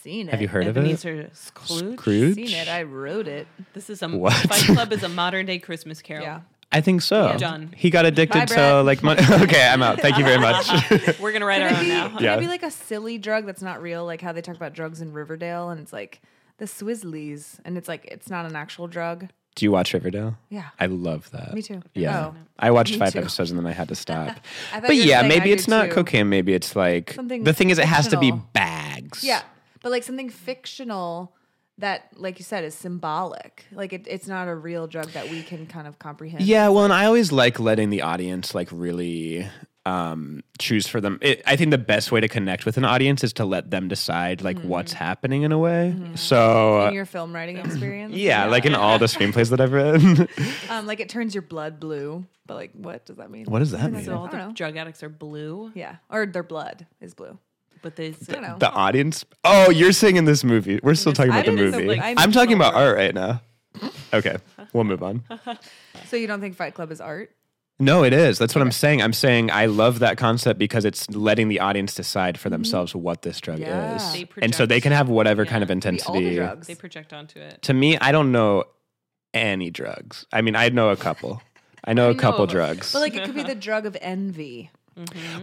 Speaker 1: Seen it.
Speaker 3: Have you heard of it?
Speaker 2: E-, Ebenezer Scrooge.
Speaker 3: Scrooge.
Speaker 1: Seen it. I wrote it.
Speaker 2: This is a
Speaker 3: What?
Speaker 2: Fight Club is a modern day Christmas Carol.
Speaker 1: Yeah.
Speaker 3: I think so.
Speaker 2: Done.
Speaker 3: He got addicted
Speaker 1: Bye,
Speaker 3: to
Speaker 1: Brett.
Speaker 3: like money. <laughs> okay, I'm out. Thank you
Speaker 2: <laughs>
Speaker 3: very much.
Speaker 2: We're gonna write our
Speaker 1: Can it
Speaker 2: own
Speaker 1: be,
Speaker 2: now.
Speaker 1: can
Speaker 3: Yeah.
Speaker 1: it be like a silly drug that's not real? Like how they talk about drugs in Riverdale and it's like the Swizzlies and it's like it's not an actual drug.
Speaker 3: Do you watch Riverdale?
Speaker 1: Yeah.
Speaker 3: I love that.
Speaker 1: Me too.
Speaker 3: Yeah.
Speaker 1: Oh.
Speaker 3: I watched
Speaker 1: Me
Speaker 3: five
Speaker 1: too.
Speaker 3: episodes and then I had
Speaker 1: <laughs>
Speaker 3: to stop.
Speaker 1: I thought
Speaker 3: but
Speaker 1: you were
Speaker 3: yeah,
Speaker 1: saying
Speaker 3: maybe
Speaker 1: I
Speaker 3: it's
Speaker 1: do
Speaker 3: not
Speaker 1: too.
Speaker 3: cocaine. Maybe it's like
Speaker 1: Something
Speaker 3: the thing is, it has to be
Speaker 1: fictional.
Speaker 3: bags.
Speaker 1: Yeah. But like something fictional that, like you said, is symbolic. Like it, it's not a real drug that we can kind of comprehend.
Speaker 3: Yeah. Well, and I always like letting the audience like really um choose for them it, i think the best way to connect with an audience is to let them decide like
Speaker 1: Mm-hmm.
Speaker 3: what's happening in a way so
Speaker 1: In your film writing experience.
Speaker 3: yeah, like in
Speaker 1: <laughs>
Speaker 3: all the screenplays that i've written
Speaker 1: Um, like it turns your blood blue. But like, what does that mean?
Speaker 3: <laughs> what does that mean
Speaker 2: So all
Speaker 1: I don't
Speaker 2: the
Speaker 1: know.
Speaker 2: drug addicts are blue,
Speaker 1: Yeah. Or their blood is blue.
Speaker 2: but they s-
Speaker 1: I don't know.
Speaker 3: the audience oh you're saying in this movie we're still talking about the
Speaker 1: I'm in the-
Speaker 3: movie
Speaker 1: like, I'm
Speaker 3: i'm talking about
Speaker 1: lower.
Speaker 3: art right now okay we'll move
Speaker 1: <laughs>
Speaker 3: on
Speaker 1: so you don't think Fight Club is art?
Speaker 3: No, it is. That's what I'm saying. I'm saying I love that concept because it's letting the audience decide for themselves what this drug
Speaker 1: Mm-hmm. Yeah.
Speaker 3: is.
Speaker 2: They
Speaker 3: and so they can
Speaker 2: project-
Speaker 3: have whatever kind of
Speaker 1: Could be all the
Speaker 3: intensity.
Speaker 1: drugs.
Speaker 2: they project onto it.
Speaker 3: To me, I don't know any drugs. I mean, I know a couple. I know a
Speaker 2: know
Speaker 3: couple
Speaker 2: of-
Speaker 3: drugs.
Speaker 1: But like it could be the drug of envy.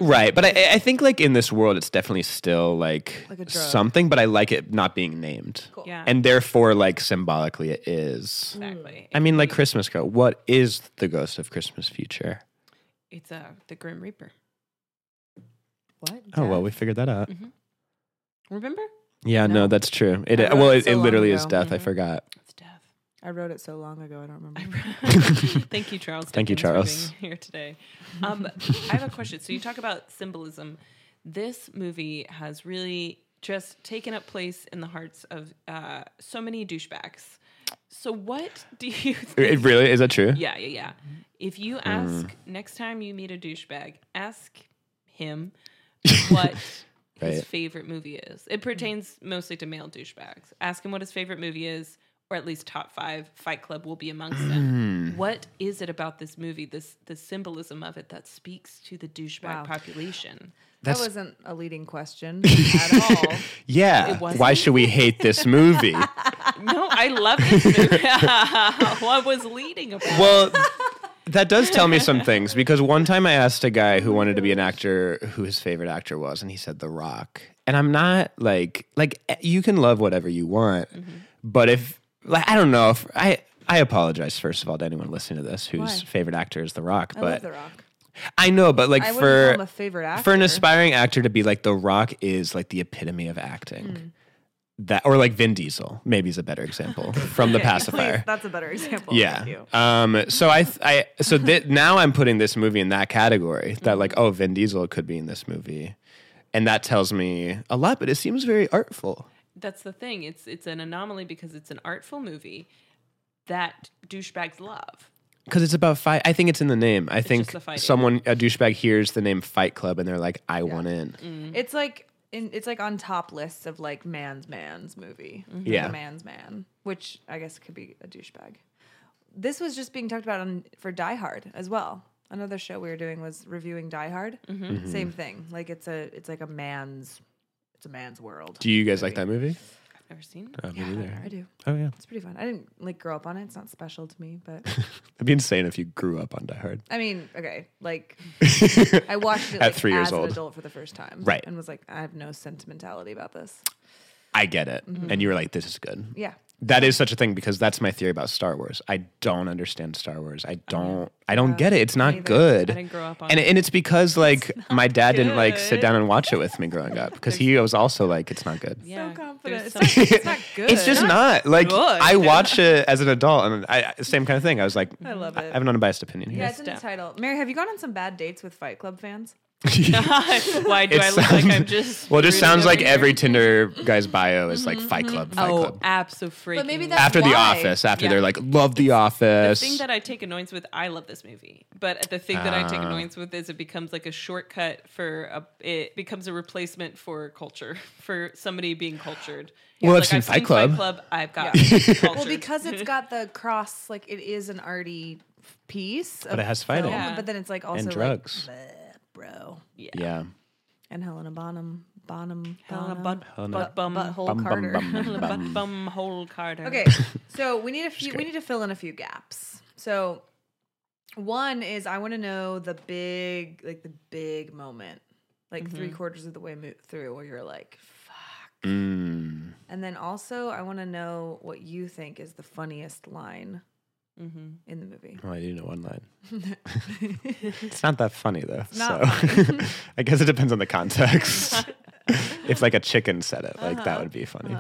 Speaker 3: right. But I, I think like in this world, it's definitely still like,
Speaker 1: Like a drug.
Speaker 3: something, but I like it not being named.
Speaker 1: Cool.
Speaker 2: Yeah,
Speaker 3: And therefore, like symbolically, it is.
Speaker 2: exactly.
Speaker 3: I mean, like Christmas Girl. What is the ghost of Christmas future?
Speaker 2: it's uh, the Grim Reaper.
Speaker 1: What?
Speaker 3: Oh, well, we figured that out.
Speaker 2: Remember?
Speaker 3: Yeah, no,
Speaker 1: Mm-hmm. No.
Speaker 3: that's true. It
Speaker 1: I wrote
Speaker 3: well,
Speaker 1: it
Speaker 3: it,
Speaker 1: so
Speaker 3: it
Speaker 1: long
Speaker 3: literally is
Speaker 1: ago. Mm-hmm.
Speaker 3: death. I forgot.
Speaker 2: It's death.
Speaker 1: I wrote it so long ago, I don't remember.
Speaker 3: <laughs>
Speaker 2: <laughs> Thank you, Charles.
Speaker 3: Thank you,
Speaker 2: Dickens, for
Speaker 3: Charles.
Speaker 2: being here today. Um, I have a question. So you talk about symbolism. This movie has really just taken up place in the hearts of uh, so many douchebags. So what do you? Think?
Speaker 3: It really is that true?
Speaker 2: Yeah, yeah, yeah. If you ask next time you meet a douchebag, ask him what his
Speaker 3: Right.
Speaker 2: favorite movie is. It pertains mostly to male douchebags. Ask him what his favorite movie is, or at least top five. Fight Club will be amongst them. What is it about this movie, this the symbolism of it, that speaks to the douchebag
Speaker 1: Wow.
Speaker 2: population?
Speaker 1: That
Speaker 3: That's-
Speaker 1: wasn't a leading
Speaker 3: <laughs>
Speaker 1: question at all.
Speaker 3: Yeah.
Speaker 2: It wasn't?
Speaker 3: Why should we hate this movie?
Speaker 1: <laughs>
Speaker 2: No, I love this movie. <laughs> what was leading about? it?
Speaker 3: well, that does tell me some things because one time I asked a guy who wanted to be an actor who his favorite actor was, and he said The Rock. And I'm not like like eh, you can love whatever you want,
Speaker 1: Mm-hmm.
Speaker 3: but if like I don't know if I I apologize first of all to anyone listening to this whose
Speaker 1: Why?
Speaker 3: favorite actor is The Rock,
Speaker 1: I
Speaker 3: <laughs> but
Speaker 1: love The Rock.
Speaker 3: I know, but like
Speaker 1: I wouldn't
Speaker 3: for
Speaker 1: call him a favorite actor.
Speaker 3: for an aspiring actor to be like The Rock is like the epitome of acting.
Speaker 1: Mm.
Speaker 3: That or like Vin Diesel, maybe is a better example from
Speaker 1: <laughs>
Speaker 3: The
Speaker 1: Please,
Speaker 3: Pacifier.
Speaker 1: that's a better example. Thank
Speaker 3: Yeah.
Speaker 1: you.
Speaker 3: Um. So I, th- I, so th- now I'm putting this movie in that category. That like, oh, Vin Diesel could be in this movie, and that tells me a lot. But it seems very artful.
Speaker 2: That's the thing. It's it's an anomaly because it's an artful movie that douchebags love.
Speaker 3: Because it's about fight. I think it's in the name. I
Speaker 2: just
Speaker 3: think
Speaker 2: the fighting.
Speaker 1: Mm. Mm-hmm.
Speaker 3: someone, a douchebag, hears the name Fight Club and they're like, "I want in."
Speaker 1: It's like in, it's like on top lists of like man's man's movie.
Speaker 3: Yeah.
Speaker 1: The man's man, which I guess could be a douchebag. This was just being talked about on for Die Hard as well. Another show we were doing was reviewing Die Hard.
Speaker 3: Mm-hmm.
Speaker 1: Same thing. Like it's a it's like a man's it's a man's world.
Speaker 3: Do you guys like that movie?
Speaker 2: I've never seen it.
Speaker 3: Oh, me neither.
Speaker 1: I do.
Speaker 3: Oh yeah,
Speaker 1: It's pretty fun. I didn't like grow up on it. It's not special to me, but
Speaker 3: it'd be insane if you grew up on Die Hard.
Speaker 1: I mean, okay,
Speaker 3: <laughs>
Speaker 1: like I watched it
Speaker 3: At
Speaker 1: like,
Speaker 3: three years
Speaker 1: as
Speaker 3: old.
Speaker 1: an adult for the first time,
Speaker 3: Right.
Speaker 1: And was like, I have no sentimentality about this.
Speaker 3: I get it, and you were like, "This is good."
Speaker 1: Yeah,
Speaker 3: That is such a thing because that's my theory about Star Wars. I don't understand Star Wars. I don't. I don't get it. It's not
Speaker 1: neither.
Speaker 3: good.
Speaker 2: I didn't grow up on
Speaker 3: and
Speaker 2: it.
Speaker 3: and it's because like my dad didn't like sit
Speaker 2: good.
Speaker 3: down and watch it with me growing up because he was also like, "It's not good."
Speaker 2: Yeah,
Speaker 1: so confident. It's
Speaker 2: there's
Speaker 1: not,
Speaker 2: some-
Speaker 1: it's
Speaker 3: <laughs>
Speaker 1: not good.
Speaker 3: It's just not like
Speaker 2: good.
Speaker 3: I watch it as an adult, and I I- same kind of thing. I was like,
Speaker 1: I love
Speaker 3: I
Speaker 1: it.
Speaker 3: have an unbiased opinion
Speaker 1: yeah,
Speaker 3: here.
Speaker 1: it's in the
Speaker 2: Step.
Speaker 1: title. Mary, have you gone on some bad dates with Fight Club
Speaker 2: <laughs>
Speaker 1: fans?
Speaker 3: <laughs>
Speaker 2: Why do
Speaker 3: It
Speaker 2: I look like I'm
Speaker 3: sounds-
Speaker 2: just?
Speaker 3: well, it just
Speaker 2: brooding
Speaker 3: sounds like
Speaker 2: over
Speaker 3: every Tinder guy's bio is like Fight Club, Fight
Speaker 2: Oh,
Speaker 3: Club.
Speaker 2: absolutely.
Speaker 1: But maybe that's
Speaker 3: After The
Speaker 1: why.
Speaker 3: Office, after
Speaker 2: Yeah.
Speaker 3: they're like, love The Office.
Speaker 2: The thing that I take annoyance with, I love this movie, but the thing that I
Speaker 3: Ah.
Speaker 2: take annoyance with is it becomes like a shortcut for a, it becomes a replacement for culture <laughs> for somebody being cultured.
Speaker 3: Well,
Speaker 2: It's
Speaker 3: I've seen Fight Club.
Speaker 2: I've got
Speaker 1: Yeah.
Speaker 3: <laughs>
Speaker 2: cultured.
Speaker 1: Well, because
Speaker 2: <laughs>
Speaker 1: it's got the cross, like it is an arty f- piece,
Speaker 3: But it has fighting.
Speaker 2: Yeah.
Speaker 1: But then it's like also
Speaker 3: and
Speaker 1: like,
Speaker 3: drugs.
Speaker 1: bleh, bro,
Speaker 2: yeah.
Speaker 3: yeah.
Speaker 1: and Helena Bonham, Bonham,
Speaker 2: Helena
Speaker 1: Bonham,
Speaker 2: Bun-
Speaker 3: Helena
Speaker 2: Bun- Bum
Speaker 1: butthole
Speaker 3: Bum, bum,
Speaker 1: Carter.
Speaker 3: bum, bum.
Speaker 2: Helena Bun- Bum Hole Carter.
Speaker 1: <laughs> Okay, so we need a few. We need to fill in a few gaps. So one is I want to know the big, like the big moment, like three quarters of the way mo- through, where you're like, "Fuck."
Speaker 3: Mm.
Speaker 1: And then also, I want to know what you think is the funniest line
Speaker 2: Mhm.
Speaker 1: in the movie.
Speaker 3: Oh, I do know
Speaker 1: <laughs>
Speaker 3: one line. it's not that funny though.
Speaker 1: not
Speaker 3: so <laughs> I guess it depends on the context.
Speaker 1: <laughs>
Speaker 3: if like a chicken said it, like
Speaker 1: Uh-huh.
Speaker 3: that would be funny.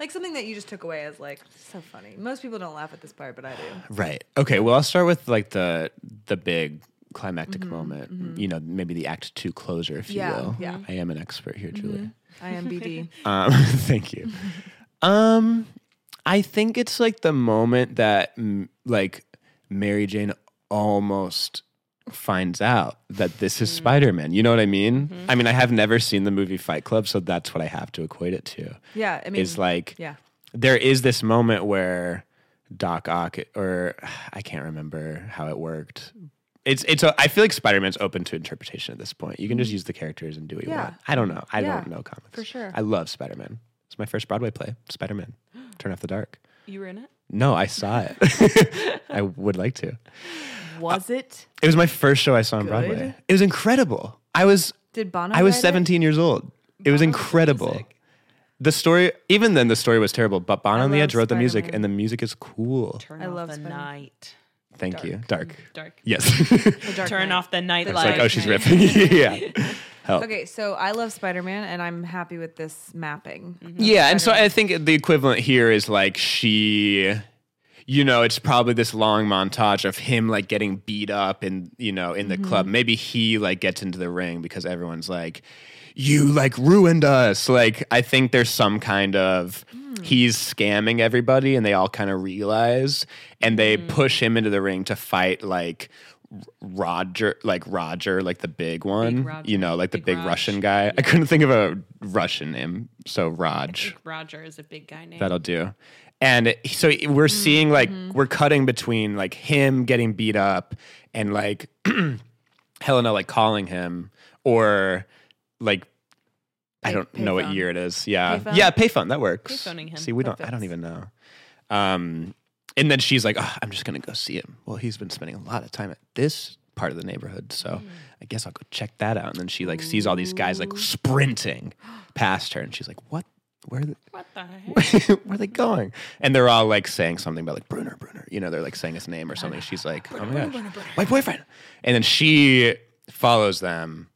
Speaker 1: Like something that you just took away as like so funny. Most people don't laugh at this part, but I do.
Speaker 3: Right. Okay. Well, I'll start with like the the big climactic moment. You know, maybe the act two closer, if
Speaker 1: Mm-hmm. Yeah,
Speaker 3: you will.
Speaker 1: yeah. Mm-hmm.
Speaker 3: I am an expert here, Julia.
Speaker 1: I am <laughs> BD.
Speaker 3: Um, <laughs> thank you. Um, I think it's like the moment that mm, like Mary Jane almost finds out that this is Spider Man. You know what I mean? I mean, I have never seen the movie Fight Club, so that's what I have to equate it to.
Speaker 1: Yeah, I mean,
Speaker 3: is like
Speaker 1: yeah,
Speaker 3: there is this moment where Doc Ock or I can't remember how it worked. It's it's a, I feel like Spider Man's open to interpretation at this point. You can just use the characters and do what you
Speaker 1: Yeah.
Speaker 3: want. I don't know. I don't
Speaker 1: Yeah,
Speaker 3: know comics
Speaker 1: for sure.
Speaker 3: I love Spider Man. It's my first Broadway play, Spider Man. Turn off the dark.
Speaker 2: You were in it?
Speaker 3: No, I saw it. <laughs> I would like to.
Speaker 1: was it?
Speaker 3: It was my first show I saw on
Speaker 1: Good?
Speaker 3: Broadway. It was incredible. I was
Speaker 1: Did Bono?
Speaker 3: I was
Speaker 1: write it?
Speaker 3: 17 years old. It
Speaker 2: Bono wrote
Speaker 3: was
Speaker 2: the
Speaker 3: incredible.
Speaker 2: music.
Speaker 3: The story, even then, the story was terrible. But Bon on the
Speaker 1: love
Speaker 3: Edge wrote the music,
Speaker 1: Spider-Man.
Speaker 3: and the music is cool.
Speaker 2: Turn
Speaker 1: I
Speaker 2: off
Speaker 1: love
Speaker 2: the
Speaker 1: Spider-Man.
Speaker 2: night.
Speaker 3: Thank you. Dark.
Speaker 2: Dark.
Speaker 3: Yes. <laughs> it's
Speaker 1: The Dark
Speaker 2: Turn
Speaker 1: Knight.
Speaker 2: off the night light.
Speaker 3: like, oh, she's ripping. <laughs> yeah.
Speaker 1: <laughs>
Speaker 3: Help.
Speaker 1: Okay, so I love Spider Man, and I'm happy with this mapping.
Speaker 3: Yeah, and so I think the equivalent here is like she, you know, it's probably this long montage of him like getting beat up and you know in the club. Maybe he like gets into the ring because everyone's like, "You like ruined us." Like I think there's some kind of he's scamming everybody, and they all kind of realize, and they push him into the ring to fight like. Roger, like Roger, like the big one,
Speaker 2: Roger.
Speaker 3: you know, like the
Speaker 2: Big
Speaker 3: big,
Speaker 2: Raj.
Speaker 3: Russian guy. I couldn't think of a Russian name, so Raj.
Speaker 2: Roger is a big guy name.
Speaker 3: That'll do. And so we're seeing like we're cutting between like him getting beat up and like <clears throat> Helena like calling him or like I
Speaker 1: Pay-
Speaker 3: don't know what
Speaker 1: payphone.
Speaker 3: year it is. Yeah.
Speaker 1: Payphone?
Speaker 3: Yeah, payphone, that works.
Speaker 2: Payphoning him.
Speaker 3: See, we don't I don't even know. Um and then she's like, oh, I'm just gonna go see him. Well, he's been spending a lot of time at this part of the neighborhood, so I guess I'll go check that out. And then she like sees all these guys like sprinting past her and she's like, What? Where the
Speaker 2: What the
Speaker 3: <laughs>
Speaker 2: heck?
Speaker 3: where are they going? And they're all like saying something about like Bruner, Bruner. You know, they're like saying his name or something. She's like, oh my gosh, my boyfriend. And then she follows them.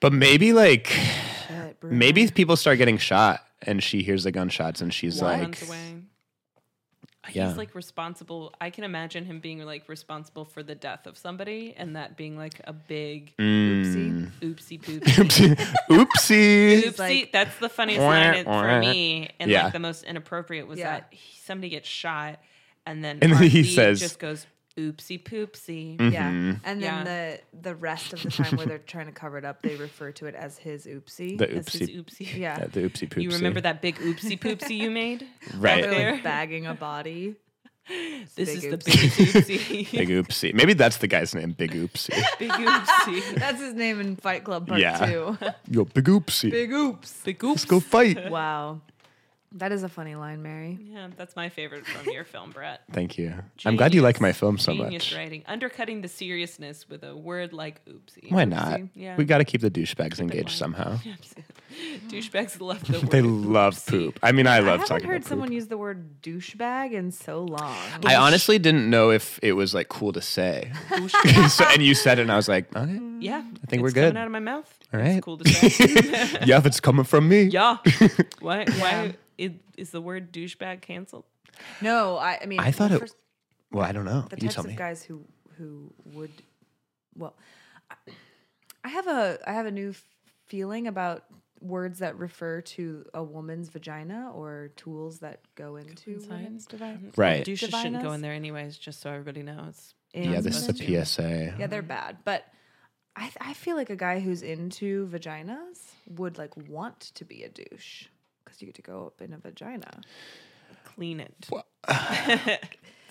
Speaker 3: But maybe like Mm-hmm.
Speaker 1: Shit, Bruno.
Speaker 3: maybe people start getting shot and she hears the gunshots and she's
Speaker 1: What?
Speaker 3: like,
Speaker 2: runs away.
Speaker 3: Yeah.
Speaker 2: He's like responsible. I can imagine him being like responsible for the death of somebody and that being like a big
Speaker 3: Mm. Mm-hmm.
Speaker 1: Oopsie.
Speaker 3: <laughs>
Speaker 2: oopsie poopsie. <laughs>
Speaker 3: oopsie.
Speaker 2: oopsie.
Speaker 1: like-
Speaker 2: that's the funniest
Speaker 3: Wah,
Speaker 2: line it-
Speaker 3: wah.
Speaker 2: for me. And
Speaker 3: Yeah.
Speaker 2: like the most inappropriate was
Speaker 1: Yeah.
Speaker 2: that he, somebody gets shot and then
Speaker 3: And then he
Speaker 2: R.B.
Speaker 3: says-
Speaker 2: just goes, oopsie poopsie.
Speaker 1: Yeah.
Speaker 3: Mhm.
Speaker 1: And then the the rest of the time where they're trying to cover it up, they refer to it as his oopsie.
Speaker 3: The
Speaker 2: This is
Speaker 3: oopsie,
Speaker 2: oopsie.
Speaker 1: yeah.
Speaker 3: uh, the oopsie poopsie.
Speaker 2: You remember that big oopsie poopsie you made?
Speaker 1: While
Speaker 3: right?
Speaker 2: Okay.
Speaker 1: They're
Speaker 2: there.
Speaker 1: like <laughs> bagging a body.
Speaker 2: This
Speaker 1: Big
Speaker 2: is the
Speaker 1: oopsie.
Speaker 2: big oopsie. <laughs>
Speaker 3: <laughs> Big oopsie. Maybe that's the guy's name. Big oopsie.
Speaker 2: big oopsie.
Speaker 1: That's his name in Fight Club Part
Speaker 3: Yeah. <laughs>
Speaker 1: Two.
Speaker 3: Yo, big oopsie.
Speaker 1: Big oops.
Speaker 2: Big oops.
Speaker 3: Let's go
Speaker 2: <laughs>
Speaker 3: fight.
Speaker 1: Wow. That is a funny line, Mary.
Speaker 2: Yeah, that's my favorite from your film, Brett.
Speaker 3: Thank you. I'm glad you like
Speaker 2: Genius.
Speaker 3: my film so
Speaker 2: Genius
Speaker 3: much.
Speaker 2: writing, undercutting the seriousness with a word like oopsie.
Speaker 3: Why not?
Speaker 2: Yeah.
Speaker 3: We got to keep the douchebags
Speaker 2: light.
Speaker 3: engaged somehow.
Speaker 2: <laughs> Douchebags love the word.
Speaker 3: <laughs> They love
Speaker 2: oopsie.
Speaker 3: poop. I mean, I
Speaker 1: I
Speaker 3: love
Speaker 1: haven't
Speaker 3: talking
Speaker 1: heard
Speaker 3: about poop.
Speaker 1: someone use the word douchebag in so long.
Speaker 3: I honestly didn't know if it was like cool
Speaker 1: <laughs>
Speaker 3: to say. <laughs>
Speaker 2: Douche-
Speaker 3: so, and you said it, and I was like, all right,
Speaker 2: yeah, I
Speaker 3: think we're good.
Speaker 2: Coming out of my mouth.
Speaker 3: all
Speaker 2: It's
Speaker 3: right.
Speaker 2: cool to say.
Speaker 3: <laughs> yeah, if it's coming from me.
Speaker 2: yeah. Why? Why is, is the word douchebag canceled?
Speaker 1: No, I, I mean,
Speaker 3: I thought
Speaker 1: well,
Speaker 3: it-
Speaker 1: first,
Speaker 3: Well, I don't know.
Speaker 1: the
Speaker 3: you
Speaker 1: types
Speaker 3: tell
Speaker 1: of
Speaker 3: me.
Speaker 1: guys who who would, well, I- I have a I have a new f- feeling about words that refer to a woman's vagina or tools that go into
Speaker 2: inside.
Speaker 1: women's vagina.
Speaker 3: Right.
Speaker 2: Douches shouldn't go
Speaker 1: Divinas?
Speaker 2: in there anyways. Just so everybody knows.
Speaker 3: Yeah, this is
Speaker 2: That's what
Speaker 3: a PSA.
Speaker 1: Yeah, they're bad, but. I, th- I feel like a guy who's into vaginas would like want to be a douche because you get to go up in a vagina.
Speaker 2: Clean it.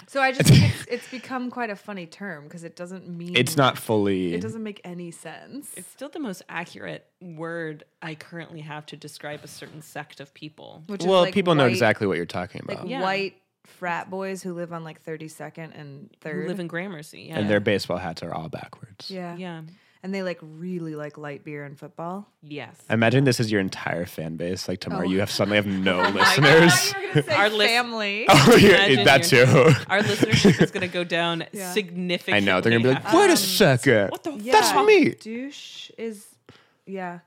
Speaker 1: So I just think
Speaker 3: <laughs>
Speaker 1: it's, it's become quite a funny term because it doesn't mean
Speaker 3: It's not fully.
Speaker 1: It doesn't make any sense.
Speaker 2: It's still the most accurate word I currently have to describe a certain sect of people.
Speaker 1: Which is
Speaker 3: well,
Speaker 1: like
Speaker 3: people know
Speaker 1: white-
Speaker 3: exactly what you're talking
Speaker 1: like
Speaker 3: about.
Speaker 2: Yeah.
Speaker 1: white frat boys who live on like 32nd and
Speaker 2: Who
Speaker 1: third.
Speaker 2: live in Gramercy. Yeah.
Speaker 3: and their baseball hats are all backwards.
Speaker 1: yeah.
Speaker 2: yeah.
Speaker 1: and they like really like light beer and football.
Speaker 2: Yes.
Speaker 3: Imagine this is your entire fan base. Like tomorrow,
Speaker 1: Oh.
Speaker 3: you have suddenly
Speaker 1: <laughs>
Speaker 3: have no
Speaker 1: I
Speaker 3: listeners.
Speaker 1: thought you were
Speaker 2: <laughs>
Speaker 1: gonna say
Speaker 2: Our list-
Speaker 1: family.
Speaker 3: <laughs> Oh, you're-
Speaker 2: Imagine
Speaker 3: that
Speaker 2: your-
Speaker 3: too.
Speaker 1: <laughs>
Speaker 2: Our listenership is going to go down
Speaker 1: Yeah.
Speaker 2: significantly.
Speaker 3: I know they're gonna be like,
Speaker 2: after
Speaker 3: wait a
Speaker 2: this.
Speaker 1: um,
Speaker 3: second.
Speaker 2: What the
Speaker 1: Yeah,
Speaker 3: That's me.
Speaker 1: Douche is, yeah,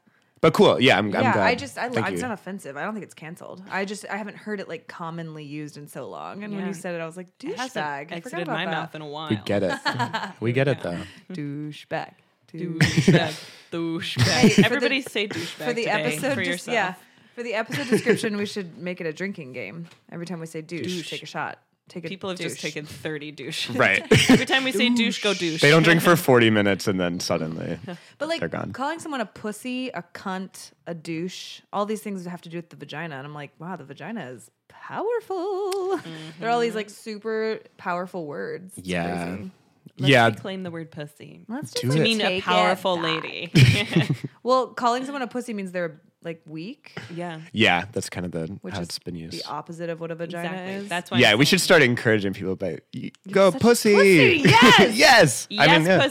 Speaker 3: But cool. Yeah, I'm. I'm
Speaker 1: yeah.
Speaker 3: glad.
Speaker 1: I just I, lo-
Speaker 3: Thank
Speaker 1: it's
Speaker 3: you.
Speaker 1: not offensive. I don't think it's canceled. I just I haven't heard it like commonly used in so long. And when
Speaker 2: Yeah.
Speaker 1: you said it, I was like
Speaker 2: It hasn't
Speaker 1: douchebag. I forgot
Speaker 2: exited
Speaker 1: about
Speaker 2: my
Speaker 1: that.
Speaker 2: mouth in a while.
Speaker 3: we get it.
Speaker 1: <laughs>
Speaker 3: <laughs> we get it though.
Speaker 1: Douchebag. Douche.
Speaker 3: <laughs>
Speaker 2: douchebag.
Speaker 1: Hey, for
Speaker 2: douchebag.
Speaker 1: the-
Speaker 2: Everybody say douchebag
Speaker 1: for the
Speaker 2: today
Speaker 1: episode,
Speaker 2: for
Speaker 1: just
Speaker 2: yourself.
Speaker 1: yeah. For the episode description, we should make it a drinking game. Every time we say douche,
Speaker 2: Douche.
Speaker 1: take a shot. Take a
Speaker 2: People have just
Speaker 1: douche.
Speaker 2: taken 30 douche.
Speaker 3: <laughs> Right.
Speaker 2: Every time we say douche, go douche.
Speaker 3: They don't drink for 40 minutes and
Speaker 1: <laughs>
Speaker 3: then suddenly.
Speaker 1: But like
Speaker 3: They're gone.
Speaker 1: calling someone a pussy, a cunt, a douche, all these things have to do with the vagina. And I'm like, wow, the vagina is powerful. <laughs> They're all these like super powerful words. It's
Speaker 3: Yeah.
Speaker 1: crazy.
Speaker 2: Let's
Speaker 3: yeah.
Speaker 2: reclaim the word pussy.
Speaker 1: Let's
Speaker 3: Do
Speaker 1: just
Speaker 3: it.
Speaker 1: like,
Speaker 2: I mean, a
Speaker 1: take it
Speaker 2: powerful
Speaker 1: back. <laughs>
Speaker 2: lady.
Speaker 1: Well, calling someone a pussy means they're like weak,
Speaker 2: yeah.
Speaker 3: Yeah, that's kind of the
Speaker 1: which
Speaker 3: how
Speaker 1: is
Speaker 3: it's been used.
Speaker 1: the opposite of what a vagina
Speaker 2: Exactly.
Speaker 1: is. <laughs>
Speaker 2: That's why.
Speaker 3: Yeah,
Speaker 2: I'm
Speaker 3: we should
Speaker 2: saying,
Speaker 3: start encouraging people by "You go
Speaker 1: such a
Speaker 3: pussy.
Speaker 1: pussy,
Speaker 3: <laughs>
Speaker 1: yes!
Speaker 3: yes.
Speaker 2: Yes,
Speaker 3: I mean, yeah.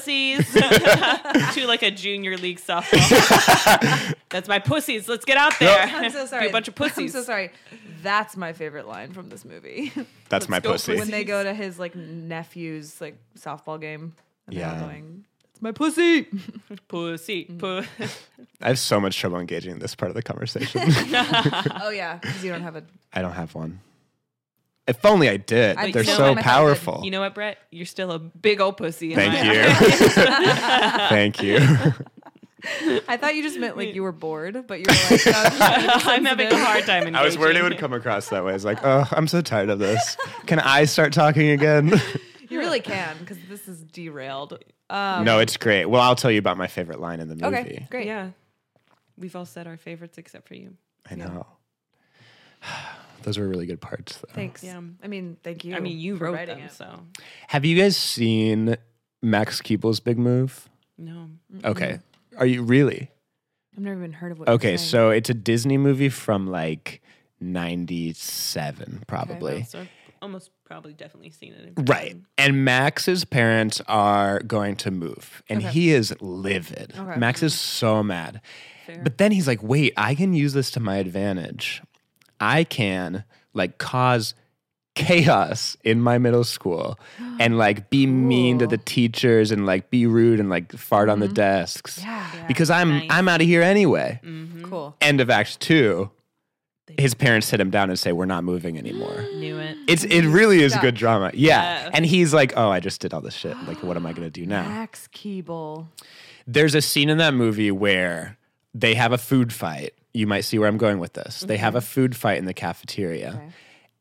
Speaker 3: <laughs>
Speaker 2: pussies. to like a junior league softball. That's my pussies. Let's get out there.
Speaker 1: I'm
Speaker 2: <laughs>
Speaker 1: so sorry.
Speaker 2: Be a bunch of pussies.
Speaker 1: <laughs> I'm so sorry. That's my favorite line from this movie. <laughs>
Speaker 3: that's my
Speaker 2: Let's go
Speaker 3: pussy.
Speaker 1: when they go to his like nephew's like softball game. And they're all
Speaker 3: Yeah.
Speaker 1: going, It's my
Speaker 2: <laughs>
Speaker 1: pussy.
Speaker 2: Pussy.
Speaker 1: Mm.
Speaker 2: Pu-
Speaker 3: I have so much trouble engaging in this part of
Speaker 1: <laughs>
Speaker 3: the conversation. <laughs>
Speaker 1: oh yeah, because you don't have a
Speaker 3: I don't have one. If only I did.
Speaker 1: I
Speaker 3: They're
Speaker 1: don't
Speaker 3: so
Speaker 1: have a
Speaker 3: powerful.
Speaker 2: you know what, Brett? You're still a big old pussy. in my
Speaker 3: <laughs>
Speaker 2: eyes. <laughs>
Speaker 3: Thank you. <laughs> Thank
Speaker 1: <laughs>
Speaker 3: you.
Speaker 1: I thought you just meant like you were bored, but you were
Speaker 2: <laughs>
Speaker 1: like, no, I'm just being
Speaker 2: I'm having a
Speaker 1: sensitive.
Speaker 2: hard time.
Speaker 3: I was worried it
Speaker 2: engaging.
Speaker 3: would come across that way. It's like, oh, I'm so tired of this. Can I start talking again?
Speaker 1: You really can because this is derailed. Um,
Speaker 3: no, it's great. Well, I'll tell you about my favorite line in the movie.
Speaker 1: okay, great.
Speaker 2: Yeah. We've all said our favorites except for you.
Speaker 3: I know. <sighs> Those were really good parts, though.
Speaker 1: Thanks.
Speaker 2: Yeah.
Speaker 1: I mean, thank you.
Speaker 2: I mean, you
Speaker 1: for
Speaker 2: wrote
Speaker 1: writing
Speaker 2: them,
Speaker 1: it.
Speaker 2: so
Speaker 3: Have you guys seen Max Keeble's Big Move?
Speaker 2: no.
Speaker 3: Okay. Are you really?
Speaker 1: I've never even heard of what. you're
Speaker 3: Okay,
Speaker 1: saying.
Speaker 3: so it's a Disney movie from like 97, probably.
Speaker 2: So I've almost probably definitely seen it. in
Speaker 3: Eh. Right.
Speaker 2: person.
Speaker 3: And Max's parents are going to move, and he is livid.
Speaker 1: Okay.
Speaker 3: Max is so mad.
Speaker 2: Fair.
Speaker 3: But then he's like, wait, I can use this to my advantage. I can like cause chaos in my middle
Speaker 1: <gasps>
Speaker 3: school and like be mean to
Speaker 1: Cool. Mm-hmm.
Speaker 3: the teachers and like be rude and like fart on the desks
Speaker 1: yeah, Mm. Mm-hmm.
Speaker 3: because I'm I'm out of here anyway.
Speaker 1: cool.
Speaker 3: End of act 2. His parents sit him down and say we're not moving anymore.
Speaker 2: Knew it.
Speaker 3: It's it really is
Speaker 1: Stuck.
Speaker 3: good drama. Yeah.
Speaker 2: Yeah.
Speaker 3: And he's like, "Oh, I just did all this shit. Like what am I going to do
Speaker 1: <gasps>
Speaker 3: now?"
Speaker 1: Max Keeble.
Speaker 3: There's a scene in that movie where they have a food fight. You might see where I'm going with this. They
Speaker 1: Mm-hmm.
Speaker 3: have a food fight in the cafeteria.